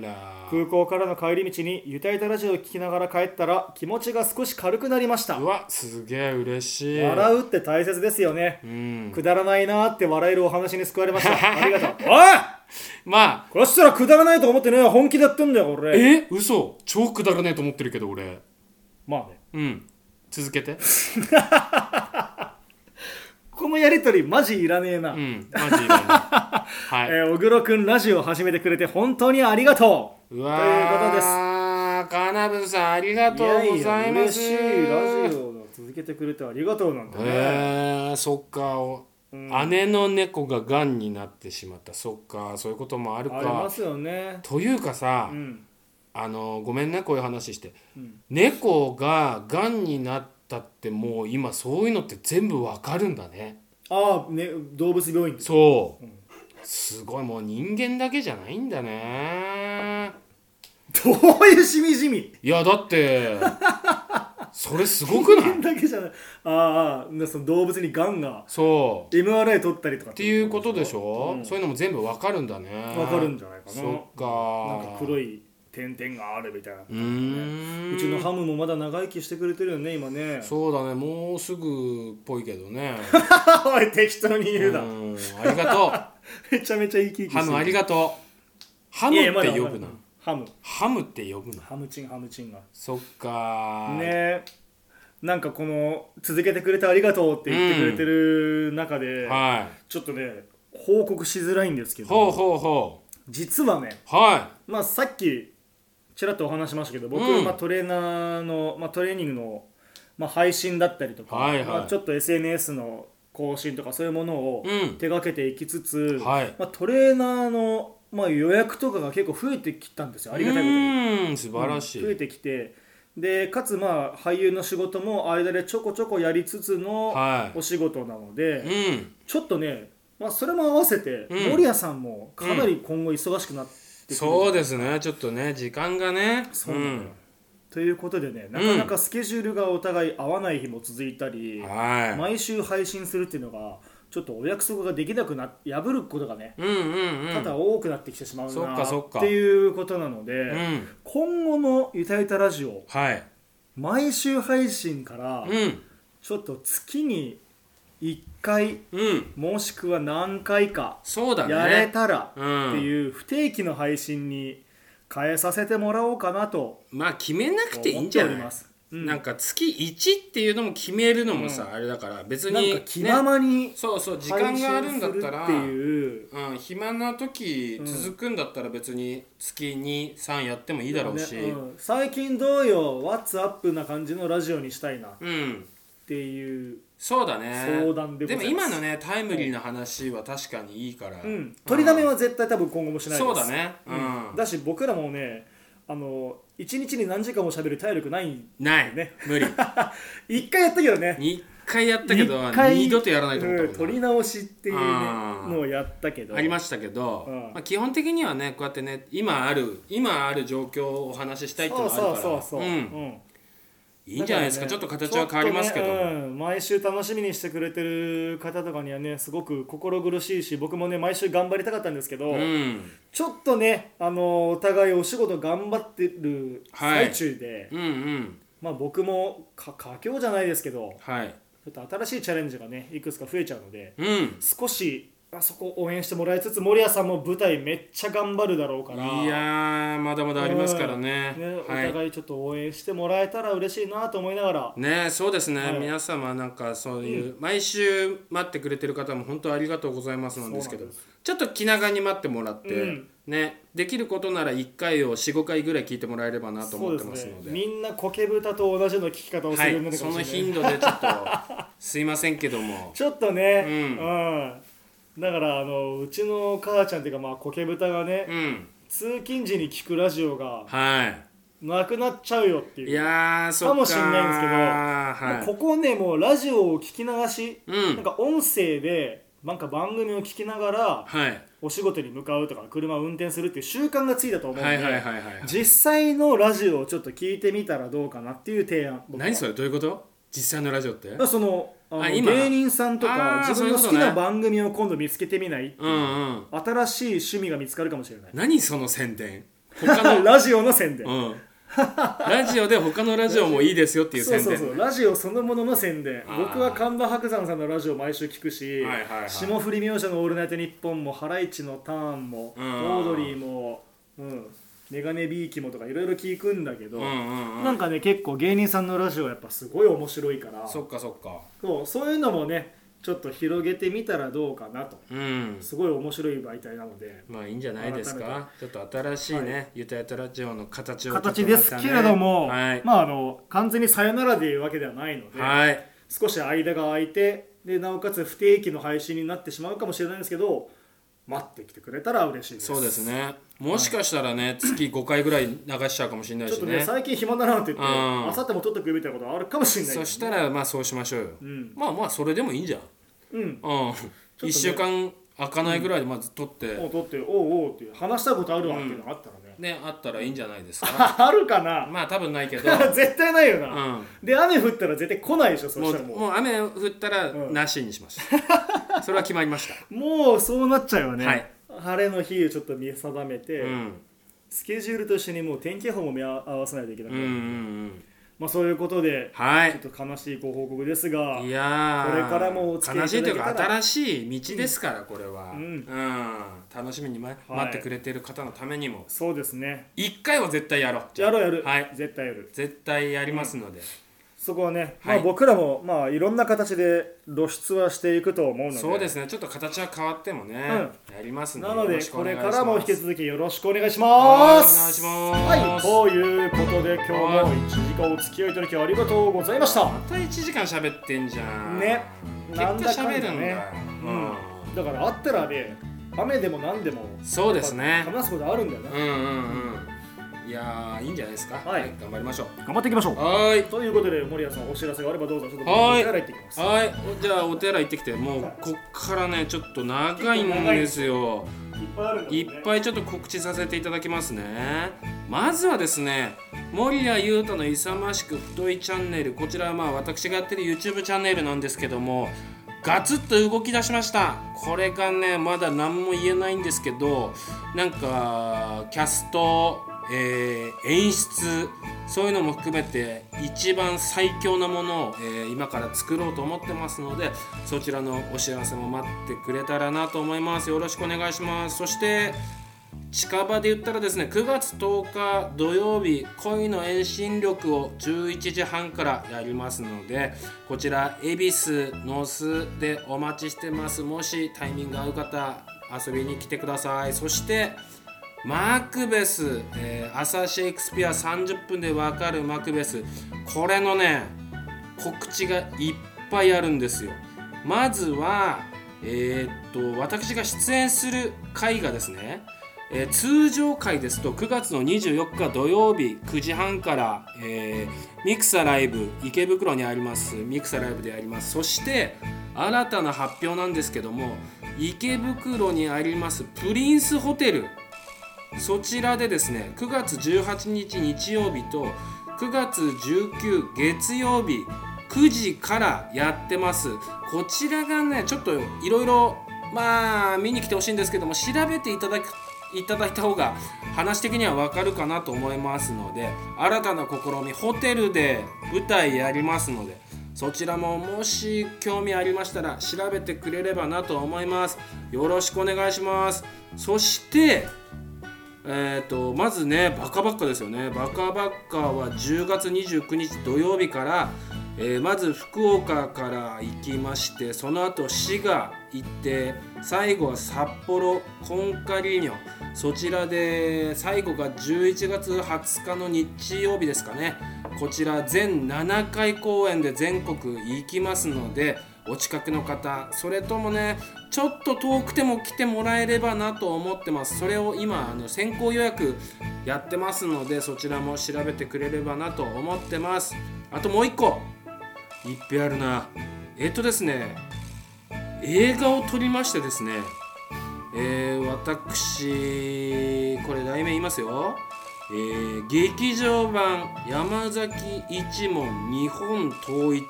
Speaker 2: 空港からの帰り道にゆたゆたラジオを聞きながら帰ったら気持ちが少し軽くなりました
Speaker 1: うわすげえ嬉しい
Speaker 2: 笑うって大切ですよね、
Speaker 1: うん
Speaker 2: くだらないなーって笑えるお話に救われ ましたありがとうおい
Speaker 1: まあ
Speaker 2: こっちたらくだらないと思ってね本気でやってんだよ俺
Speaker 1: え嘘超くだらねえと思ってるけど俺
Speaker 2: まあね
Speaker 1: うん続けて
Speaker 2: このやりとりマジいらねえな、
Speaker 1: うんマジいらないはい
Speaker 2: えー小黒くんラジオを始めてくれて本当にありがとう
Speaker 1: うわ
Speaker 2: ということ
Speaker 1: で
Speaker 2: です
Speaker 1: すカナブンさんありがとうございます
Speaker 2: やいや嬉しいラジオを続けてくれてありがとうなんだね、
Speaker 1: えー、そっか、お姉の猫ががんになってしまったそっかそういうこともある
Speaker 2: ありま
Speaker 1: か
Speaker 2: すよね
Speaker 1: というかさ、
Speaker 2: うん
Speaker 1: あのごめんねこういう話して、
Speaker 2: うん
Speaker 1: 猫ががんになったってもう今そういうのって全部わかるんだね
Speaker 2: ああね動物 病院です
Speaker 1: そう、
Speaker 2: うん
Speaker 1: すごいもう人間だけじゃないんだね
Speaker 2: どういうしみじみ
Speaker 1: いやだって それすごくない
Speaker 2: 人間だけじゃないああああその動物にがんが
Speaker 1: そう
Speaker 2: MRI 取ったりとかっ
Speaker 1: っていうことでしょ、そういうのも全部わかるんだね
Speaker 2: わかるんじゃないかな
Speaker 1: そっか
Speaker 2: なんか黒い点々があるみたいな
Speaker 1: うーん
Speaker 2: うちのハムもまだ長生きしてくれてるよね 今ね
Speaker 1: そうだねもうすぐっぽいけどね
Speaker 2: おい適当に 言うな、
Speaker 1: うんありが と
Speaker 2: めちゃめちゃ生き生き
Speaker 1: うハムあり
Speaker 2: が
Speaker 1: がとうハムって呼ぶな
Speaker 2: ハム
Speaker 1: ハムって呼ぶな
Speaker 2: ハムチンハムチンが
Speaker 1: そっか
Speaker 2: ねえなんかこの「続けてくれてありがとう」って言ってくれてる中で、
Speaker 1: は
Speaker 2: ちょっとね報告しづらいんですけ
Speaker 1: いほう
Speaker 2: ど
Speaker 1: ほうほ
Speaker 2: 実はね
Speaker 1: うは
Speaker 2: まあ、さっきちらっとお話ししましたけど僕、
Speaker 1: うん
Speaker 2: まあ、トレーナーの、まあ、トレーニングの、まあ、配信だったりとか、
Speaker 1: はいはい
Speaker 2: まあ、ちょっと SNS の更新とかそういうものを
Speaker 1: うん
Speaker 2: 手掛けていきつつ、
Speaker 1: はい
Speaker 2: まあ、トレーナーの、まあ、予約とかが結構増えてきたんですよ
Speaker 1: い
Speaker 2: ありがたいことに。
Speaker 1: うーん素晴らしい、
Speaker 2: 増えてきてでかつまあ俳優の仕事も間でちょこちょこやりつつの
Speaker 1: は
Speaker 2: お仕事なので、
Speaker 1: いうん
Speaker 2: ちょっとね、まあ、それも合わせて、
Speaker 1: うん
Speaker 2: 森谷さんもかなり今後忙しくなってくる
Speaker 1: そうですねちょっとね時間がね
Speaker 2: そうなのよ、ということでねなかなかスケジュールがお互い合わない日も続いたり、
Speaker 1: うんは
Speaker 2: 毎週配信するっていうのがちょっとお約束ができなくな破ることがね
Speaker 1: いうんうんうん
Speaker 2: 多々多くなってきてしまう
Speaker 1: そっ
Speaker 2: な
Speaker 1: かそっか
Speaker 2: っていうことなので、
Speaker 1: うん
Speaker 2: 今後の「ゆたゆたラジオ
Speaker 1: はい」
Speaker 2: 毎週配信から
Speaker 1: うん
Speaker 2: ちょっと月に1回
Speaker 1: うん
Speaker 2: もしくは何回か
Speaker 1: そうだね
Speaker 2: やれたら
Speaker 1: うん
Speaker 2: っていう不定期の配信に変えさせてもらおうかなと
Speaker 1: まあ決めなくていい
Speaker 2: 思
Speaker 1: ん
Speaker 2: っ
Speaker 1: じ
Speaker 2: て
Speaker 1: ゃ
Speaker 2: お
Speaker 1: な
Speaker 2: り
Speaker 1: い
Speaker 2: ます。うん
Speaker 1: なんか月1っていうのも決めるのもさ、あれだから別に、
Speaker 2: なん
Speaker 1: ね、
Speaker 2: か気ままに
Speaker 1: そうそう時間
Speaker 2: 配信
Speaker 1: があるんだったら
Speaker 2: するっていう
Speaker 1: うん、暇な時続くんだったら別に月23やってもいいだろうし、
Speaker 2: ねうん最近どうよ WhatsApp な感じのラジオにしたいなっ
Speaker 1: うん、
Speaker 2: ていう、
Speaker 1: そうだね
Speaker 2: 相談でござい
Speaker 1: も
Speaker 2: ます
Speaker 1: 今のねタイムリーな話は確かにいいから、
Speaker 2: うん、取りだめは絶対多分今後もしないです
Speaker 1: そうだねう、
Speaker 2: うんんだし僕らもねあの1日に何時間も喋る体力ない
Speaker 1: ない、
Speaker 2: ね
Speaker 1: 無 理
Speaker 2: 1回やったけどね
Speaker 1: 1回やったけど
Speaker 2: 一回
Speaker 1: 二度とやらないと思った
Speaker 2: うん
Speaker 1: もん
Speaker 2: 取り直しっていうね
Speaker 1: あー
Speaker 2: のをやったけど
Speaker 1: ありましたけど、
Speaker 2: うん
Speaker 1: まあ、基本的にはねこうやってね今ある今ある状況をお話ししたいっていう
Speaker 2: そ
Speaker 1: のが
Speaker 2: う
Speaker 1: あるか
Speaker 2: そ
Speaker 1: ら
Speaker 2: うそうそう、
Speaker 1: うん
Speaker 2: うん
Speaker 1: いいんじゃないですか
Speaker 2: だ
Speaker 1: ちょ
Speaker 2: ら
Speaker 1: っと
Speaker 2: ね
Speaker 1: 形は変わりますけど、
Speaker 2: ちょっとねうん毎週楽しみにしてくれてる方とかにはねすごく心苦しいし僕もね毎週頑張りたかったんですけど、
Speaker 1: うん
Speaker 2: ちょっとねあのお互いお仕事頑張ってる
Speaker 1: はい
Speaker 2: 最中で、
Speaker 1: うんうん
Speaker 2: まあ、僕もか佳境じゃないですけど
Speaker 1: はい
Speaker 2: ちょっと新しいチャレンジがねいくつか増えちゃうので
Speaker 1: うん
Speaker 2: 少しあそこ応援してもらいつつ森谷さんも舞台めっちゃ頑張るだろうから
Speaker 1: いやーまだまだありますからね,、
Speaker 2: ねお
Speaker 1: はい
Speaker 2: 互いちょっと応援してもらえたら嬉しいなと思いながら、
Speaker 1: ねそうですね、
Speaker 2: はい
Speaker 1: 皆様なんかそういう、毎週待ってくれてる方も本当ありがとうございますなんですけど
Speaker 2: そうなんで
Speaker 1: ちょっと気長に待ってもらって、
Speaker 2: うん
Speaker 1: ねできることなら1回を45回ぐらい聞いてもらえればなと
Speaker 2: そ
Speaker 1: 思
Speaker 2: う
Speaker 1: っ
Speaker 2: で
Speaker 1: てますす
Speaker 2: ね
Speaker 1: ので
Speaker 2: みんな苔豚と同じの聞き方をす
Speaker 1: は
Speaker 2: るようにないるか
Speaker 1: そ
Speaker 2: もし
Speaker 1: の
Speaker 2: れない、
Speaker 1: 頻度でちょっとすいませんけど も
Speaker 2: ちょっとね
Speaker 1: う
Speaker 2: うんん、だからあのうちの母ちゃんっていうかまあ苔豚がね、
Speaker 1: うん
Speaker 2: 通勤時に聞くラジオが
Speaker 1: は
Speaker 2: なくなっちゃうよってい
Speaker 1: いういやーそっか
Speaker 2: かもしんないんですけど
Speaker 1: はい
Speaker 2: ここねもうラジオを聞き流し、
Speaker 1: うん
Speaker 2: なんか音声でなんか番組を聞きながら
Speaker 1: はい
Speaker 2: お仕事に向かうとか車を運転するっていう習慣がついたと思うの
Speaker 1: は
Speaker 2: で、
Speaker 1: いはいはいはいはい
Speaker 2: 実際のラジオをちょっと聞いてみたらどうかなっていう提案僕は
Speaker 1: 何それどういうこと実際のラジオって
Speaker 2: だからそのあの
Speaker 1: あ今
Speaker 2: 芸人さんと
Speaker 1: あ
Speaker 2: か
Speaker 1: ー
Speaker 2: 自分の
Speaker 1: そう
Speaker 2: 好
Speaker 1: いう
Speaker 2: き
Speaker 1: こと
Speaker 2: な
Speaker 1: ね
Speaker 2: 番組を今度見つけてみないって
Speaker 1: う
Speaker 2: いう
Speaker 1: う
Speaker 2: ん
Speaker 1: ん
Speaker 2: 新しい趣味が見つかるかもしれない
Speaker 1: 何その宣伝他 の
Speaker 2: ラジオの宣伝
Speaker 1: うん、ラジオで他のラジオもいいですよっていう
Speaker 2: そう
Speaker 1: 宣
Speaker 2: そう
Speaker 1: 伝
Speaker 2: そうラジオそのものの宣伝
Speaker 1: あー
Speaker 2: 僕は神田伯山さんのラジオ毎週聞くし、
Speaker 1: はいはいはい
Speaker 2: 霜降り明星の「オールナイトニッポン」も「ハライチのターンも」
Speaker 1: うん
Speaker 2: オードリーも、うん、メガネビーキもとかいろいろ聞くんだけど、
Speaker 1: うんうんうん
Speaker 2: なんかね結構芸人さんのラジオやっぱすごい面白いから
Speaker 1: そっかそっか
Speaker 2: そうそういうのもねちょっと広げてみたらどうかなと
Speaker 1: うん
Speaker 2: すごい面白い媒体なので
Speaker 1: まあいいんじゃないですかちょっと新しいね、ゆたゆたラジオの形をちょっと
Speaker 2: 形ですけれども、
Speaker 1: またねはい、
Speaker 2: まああの完全にさよならでいうわけではないので、
Speaker 1: はい
Speaker 2: 少し間が空いてでなおかつ不定期の配信になってしまうかもしれないんですけど待ってきてくれたら嬉しいです
Speaker 1: そうですねもしかしたらね、月5回ぐらい流しちゃうかもしれない
Speaker 2: ちょっ
Speaker 1: し
Speaker 2: とね
Speaker 1: ね
Speaker 2: 最近暇だなって言って
Speaker 1: うん
Speaker 2: 明後日も撮ってくるみたいなことあるかもしれないけど
Speaker 1: そ
Speaker 2: ね
Speaker 1: したらまあそうしましょうよ、
Speaker 2: うん
Speaker 1: まあまあそれでもいいんじゃん
Speaker 2: うん
Speaker 1: うん、
Speaker 2: とね
Speaker 1: 1週間開かないぐらいでまず撮って、
Speaker 2: もう撮っておうおうっていう話したいことあるわっていうのがあったらね、
Speaker 1: ねあったらいいんじゃないです か
Speaker 2: あるかな
Speaker 1: まあ多分ないけど
Speaker 2: 絶対ないよな、
Speaker 1: うん
Speaker 2: で雨降ったら絶対来ないでしょそ
Speaker 1: も
Speaker 2: し
Speaker 1: う
Speaker 2: たらもうも
Speaker 1: もう雨降ったら
Speaker 2: うん
Speaker 1: なしにしました、 それは決まりました、
Speaker 2: うそうなっちゃうよね、
Speaker 1: はい
Speaker 2: 晴れの日をちょっと見定めて、
Speaker 1: うん、
Speaker 2: スケジュールと一緒にもう天気予報も見合わせないといけな
Speaker 1: う
Speaker 2: い、
Speaker 1: んうんうん
Speaker 2: まあそういうことで
Speaker 1: は
Speaker 2: ち
Speaker 1: い
Speaker 2: ょっと悲しいご報告ですが
Speaker 1: いやー
Speaker 2: これからもお付き
Speaker 1: 悲
Speaker 2: 合いいた
Speaker 1: し
Speaker 2: だ
Speaker 1: いと
Speaker 2: け
Speaker 1: い
Speaker 2: た
Speaker 1: う
Speaker 2: ら
Speaker 1: か新しい道ですから、これは、
Speaker 2: うん
Speaker 1: 楽しみに、ま
Speaker 2: い
Speaker 1: 待ってくれてる方のためにも
Speaker 2: そうですね
Speaker 1: 1回は絶対やろう
Speaker 2: やろうやる、
Speaker 1: はい
Speaker 2: 絶対やる
Speaker 1: 絶対やりますので、
Speaker 2: そこはね、
Speaker 1: はい
Speaker 2: まあ、僕らもまあいろんな形で露出はしていくと思うので
Speaker 1: そうですねちょっと形は変わってもね、やりますので
Speaker 2: なの
Speaker 1: よ
Speaker 2: で
Speaker 1: ろしく
Speaker 2: こ
Speaker 1: お願い
Speaker 2: れ
Speaker 1: しま
Speaker 2: か
Speaker 1: す
Speaker 2: らも引き続きよろしくお願いし
Speaker 1: はい
Speaker 2: ま
Speaker 1: お
Speaker 2: す
Speaker 1: 願いします
Speaker 2: はい、ということで今日も1時間お付き合いいただきありがとうございました
Speaker 1: また1時間喋ってんじゃん
Speaker 2: ね
Speaker 1: 結果喋るんだよ
Speaker 2: なんだかんだね
Speaker 1: う
Speaker 2: だからあったらね雨でも何でも
Speaker 1: ん、そうですね
Speaker 2: 話すことあるんだよな、
Speaker 1: うんうんうんいやーいいんじゃないですか
Speaker 2: はい
Speaker 1: 頑張りましょ
Speaker 2: 頑張っていきましょ
Speaker 1: うはーい
Speaker 2: ということで森谷さんお知らせがあればどうぞちょっと僕
Speaker 1: はい
Speaker 2: お手洗い行ってきます
Speaker 1: はいおじゃあお手洗い行ってきてもうこっからねちょっと長いんですよ
Speaker 2: いっぱいあるんだもんね
Speaker 1: いっぱいちょっと告知させていただきますねまずはですね守谷優太の勇ましく太いチャンネルこちらはまあ私がやってる YouTube チャンネルなんですけどもガツッと動き出しましたこれがねまだ何も言えないんですけどなんかキャスト、えー演出そういうのも含めて一番最強なものを、えー今から作ろうと思ってますのでそちらのお知らせも待ってくれたらなと思いますよろしくお願いしますそして近場で言ったらですね9月10日土曜日恋の遠心力を11時半からやりますのでこちら恵比寿ノスでお待ちしてますもしタイミング合う方遊びに来てくださいそしてマクベス、えー朝シェイクスピア30分でわかるマクベスこれのね告知がいっぱいあるんですよまずはえーっと私が出演する回がですね、えー通常回ですと9月の24日土曜日9時半から、えーミクサライブ池袋にありますミクサライブでやりますそして新たな発表なんですけども池袋にありますプリンスホテルそちらでですね9月18日日曜日と9月19月曜日9時からやってますこちらがねちょっといろいろまあ見に来てほしいんですけども調べていただくいただいた方が話的にはわかるかなと思いますので新たな試みホテルで舞台やりますのでそちらももし興味ありましたら調べてくれればなと思いますよろしくお願いしますそしてえー、とまずね「バカバッカ」ですよね「バカバッカ」は10月29日土曜日から、えーまず福岡から行きましてその後滋賀行って最後は札幌コンカリーニョそちらで最後が11月20日の日曜日ですかねこちら全7回公演で全国行きますのでお近くの方それともねちょっと遠くても来てもらえればなと思ってますそれを今あの先行予約やってますのでそちらも調べてくれればなと思ってますあともう一個いっぱいあるなえっとですね映画を撮りましてですね、えー私これ題名言いますよ、えー劇場版「山崎一門日本統一」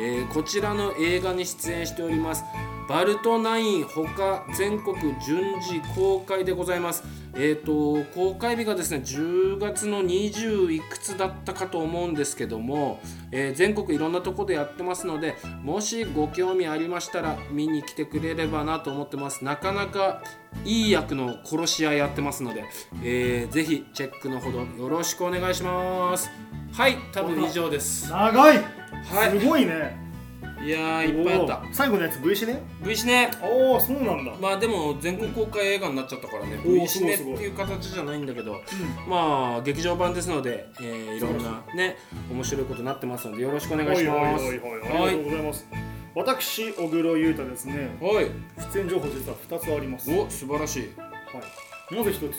Speaker 1: えーこちらの映画に出演しておりますバルトナインほか全国順次公開でございますえっ、と公開日がですね10月の20いくつだったかと思うんですけども、えー全国いろんなとこでやってますのでもしご興味ありましたら見に来てくれればなと思ってますなかなかいい役の殺し屋やってますので、えーぜひチェックのほどよろしくお願いしますはい多分以上です
Speaker 2: 長い、
Speaker 1: はい
Speaker 2: すごいね
Speaker 1: いやーいっぱいあった
Speaker 2: おー最後のやつ V シネ
Speaker 1: V シネ
Speaker 2: ああそうなんだ
Speaker 1: まあでも全国公開映画になっちゃったからね
Speaker 2: おー
Speaker 1: V シネっ
Speaker 2: す
Speaker 1: て
Speaker 2: ごいすごい
Speaker 1: いう形じゃないんだけど、まあ劇場版ですので、えーいろんなね面白いことになってますのでよろしくお願いします
Speaker 2: はいはいはいはいありがとうございます、私小黒優太ですね
Speaker 1: はい
Speaker 2: 出演情報実は2つあります、はい、
Speaker 1: お素晴らしい
Speaker 2: まず1つ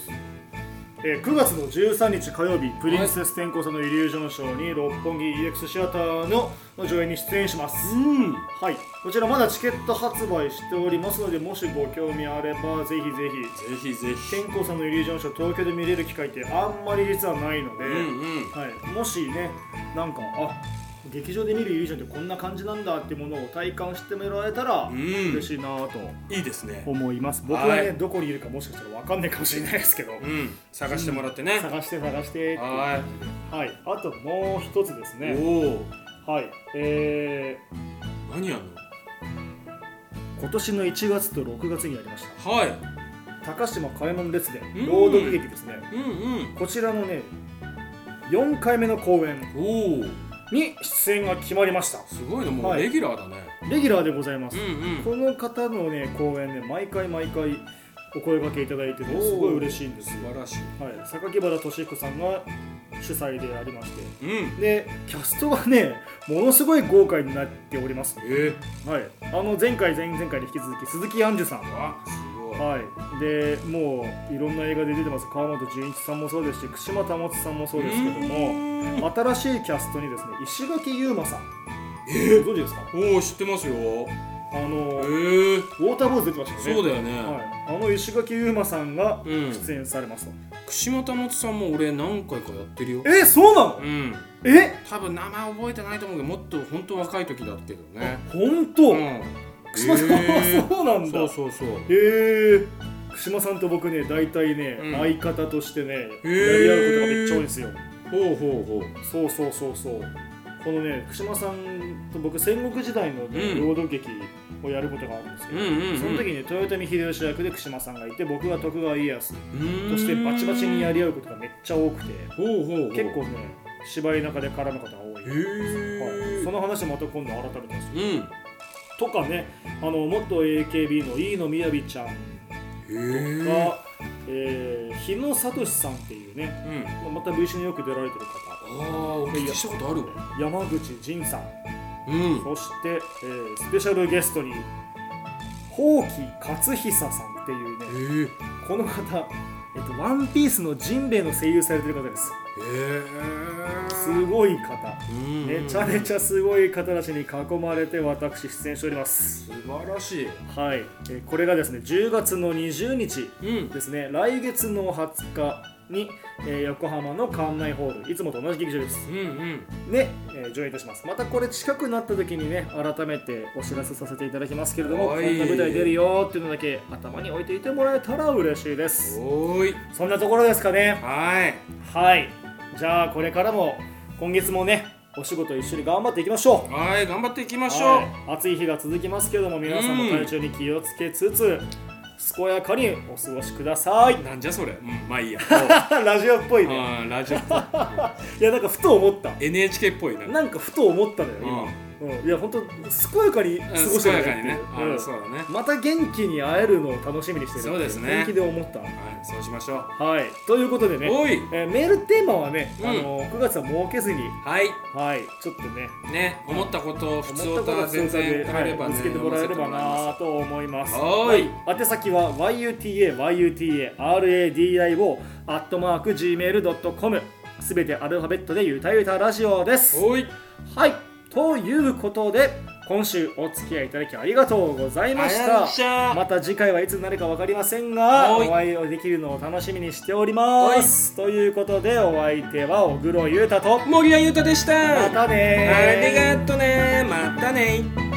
Speaker 2: えー9月の13日火曜日プリンセス天功さんのイリュージョンショーに六本木 EX シアターのの上演に出演します、
Speaker 1: うん
Speaker 2: はい、こちらまだチケット発売しておりますのでもしご興味あればぜひぜひ
Speaker 1: ぜひぜひ
Speaker 2: 健康さんのイリュージョンショー東京で見れる機会ってあんまり実はないので、
Speaker 1: うんうん
Speaker 2: はい、もしねなんかあ劇場で見るイリュージョンってこんな感じなんだってものを体感してもらえたら
Speaker 1: ん
Speaker 2: 嬉しいなと
Speaker 1: いいですね
Speaker 2: 思います、僕はね、
Speaker 1: はい
Speaker 2: どこにいるかもしかしたら分かんないかもしれないですけど、
Speaker 1: うん探してもらってね、
Speaker 2: 探して探してっていう
Speaker 1: は
Speaker 2: はい、あともう一つです
Speaker 1: い、
Speaker 2: ね
Speaker 1: おお
Speaker 2: はいえ
Speaker 1: 何やんの
Speaker 2: ー、今年の1月と6月にやりました
Speaker 1: は
Speaker 2: 高島嘉右衛門列伝
Speaker 1: うん
Speaker 2: 朗読劇ですね、
Speaker 1: いうん
Speaker 2: こちらのね4回目の公演
Speaker 1: うんおお
Speaker 2: に出演が決まりました
Speaker 1: すごいのもう
Speaker 2: はい
Speaker 1: レギュラーだね、
Speaker 2: レギュラーでございます、
Speaker 1: うん
Speaker 2: この方のね公演ね毎回毎回お声掛けいただいて
Speaker 1: お
Speaker 2: て
Speaker 1: ー
Speaker 2: すごい嬉しいん
Speaker 1: うん
Speaker 2: です
Speaker 1: 素
Speaker 2: よ、
Speaker 1: 晴らしい
Speaker 2: はい、榊原俊彦さんが主催でありまして
Speaker 1: うん
Speaker 2: でキャストがねものすごい豪華になっております、
Speaker 1: えー、
Speaker 2: はい、あの前回前々回に引き続き鈴木杏樹さん
Speaker 1: あすごい
Speaker 2: はい、でもういろんな映画で出てます川本純一さんもそうですし串間保さんもそうですけども
Speaker 1: も
Speaker 2: 新しいキャストにですね石垣優馬さんご存知ですか
Speaker 1: おお知ってますよへ
Speaker 2: あの
Speaker 1: え
Speaker 2: ウォーターボーイズ出てましたよ
Speaker 1: そ
Speaker 2: ね
Speaker 1: うだよね、
Speaker 2: はい、あの石垣優馬さんが
Speaker 1: うん
Speaker 2: 出演されますと、
Speaker 1: 串本本さんも俺何回かやってるよ
Speaker 2: えそうなの
Speaker 1: うん
Speaker 2: え
Speaker 1: 多分名前覚えてないと思うけどもっと本当若い時だったけどね
Speaker 2: 本当、
Speaker 1: うん
Speaker 2: 串間さん、
Speaker 1: へー
Speaker 2: そうなんだ
Speaker 1: そ
Speaker 2: へ
Speaker 1: うそうそう
Speaker 2: え串間さんと僕ね大体ね、
Speaker 1: うん
Speaker 2: 相方としてねやり合うことがめっちゃ多いんですよ
Speaker 1: ほうほうほう
Speaker 2: そうそうそうそうこのね福島さんと僕戦国時代の、ね
Speaker 1: うん
Speaker 2: 労働劇をやることがあるんですけど、
Speaker 1: うんうんうん
Speaker 2: その時に豊臣秀吉役で福島さんがいて僕が徳川家康
Speaker 1: うーん
Speaker 2: としてバチバチにやり合うことがめっちゃ多くて
Speaker 1: ほうほうほう
Speaker 2: 結構ね芝居の中で絡む方が多い、
Speaker 1: へ
Speaker 2: はい、
Speaker 1: え
Speaker 2: その話また今度改めてまする
Speaker 1: うん
Speaker 2: とかねあの元 AKB の飯野みやびちゃんが、
Speaker 1: へえ
Speaker 2: えー日野聡さんっていうね
Speaker 1: うんあ
Speaker 2: また V シによく出られてる
Speaker 1: あーお聞きしたことあるわ
Speaker 2: 方山口仁さん
Speaker 1: うん
Speaker 2: そして、えースペシャルゲストに宝木勝久さんっていうね
Speaker 1: へえへ
Speaker 2: この方、えっと、ワンピースのジンベエの声優されてる方です
Speaker 1: え
Speaker 2: すごい方
Speaker 1: うん
Speaker 2: めちゃめちゃすごい方たちに囲まれて私出演しております
Speaker 1: 素晴らしい
Speaker 2: はい、えーこれがですね10月の20日
Speaker 1: うん
Speaker 2: ですね来月の20日に、えー横浜の館内ホールいつもと同じ劇場です
Speaker 1: うんうん
Speaker 2: ね、えー上演いたしますまたこれ近くなった時にね改めてお知らせさせていただきますけれどもこ
Speaker 1: は
Speaker 2: ん
Speaker 1: い
Speaker 2: な舞台出るよっていうのだけ頭に置いていてもらえたら嬉しいです
Speaker 1: おーい
Speaker 2: そんなところですかね
Speaker 1: はい
Speaker 2: はいじゃあこれからも今月もねお仕事一緒に頑張っていきましょう
Speaker 1: はい頑張っていきましょう
Speaker 2: はい暑い日が続きますけれども皆さんも
Speaker 1: うん
Speaker 2: 体調に気をつけつつ健やかにお過ごしください
Speaker 1: なんじゃそれ、うん、まあ いいや
Speaker 2: ラジオっぽいね
Speaker 1: あーラジオっぽい
Speaker 2: いやなんかふと思った
Speaker 1: NHK っぽいな
Speaker 2: なんかふと思ったのよ今
Speaker 1: うん
Speaker 2: うん、いや本当健やかに過ご
Speaker 1: うん
Speaker 2: して
Speaker 1: 健
Speaker 2: る
Speaker 1: やかにねあ
Speaker 2: う
Speaker 1: ー
Speaker 2: ん
Speaker 1: そうだね
Speaker 2: また元気に会えるのを楽しみにしてる
Speaker 1: そうですね
Speaker 2: 本気で思った
Speaker 1: はいそうしましょう
Speaker 2: はいということでね、
Speaker 1: おい
Speaker 2: えーメールテーマはね、
Speaker 1: うん
Speaker 2: あの9月は設けずに
Speaker 1: はい
Speaker 2: はいちょっとね
Speaker 1: ね思ったことを普通
Speaker 2: 思ったこと
Speaker 1: 歌
Speaker 2: は
Speaker 1: 全然
Speaker 2: は
Speaker 1: 変えれ
Speaker 2: い
Speaker 1: ばね
Speaker 2: ぶつけてもらえればなと思います
Speaker 1: はーい
Speaker 2: 宛先は yutayutaradio アットマーク gmail.com すべてアルファベットでゆたゆたラジオです
Speaker 1: おい
Speaker 2: はいということで今週お付き合いいただきありがとうございまし
Speaker 1: ありがとうございましたた
Speaker 2: また次回はいつになるか分かりませんが
Speaker 1: はい
Speaker 2: お会いをできるのを楽しみにしておりますということでお相手は小黒裕太と
Speaker 1: 森谷裕太でした
Speaker 2: またねー
Speaker 1: ありがとねまたね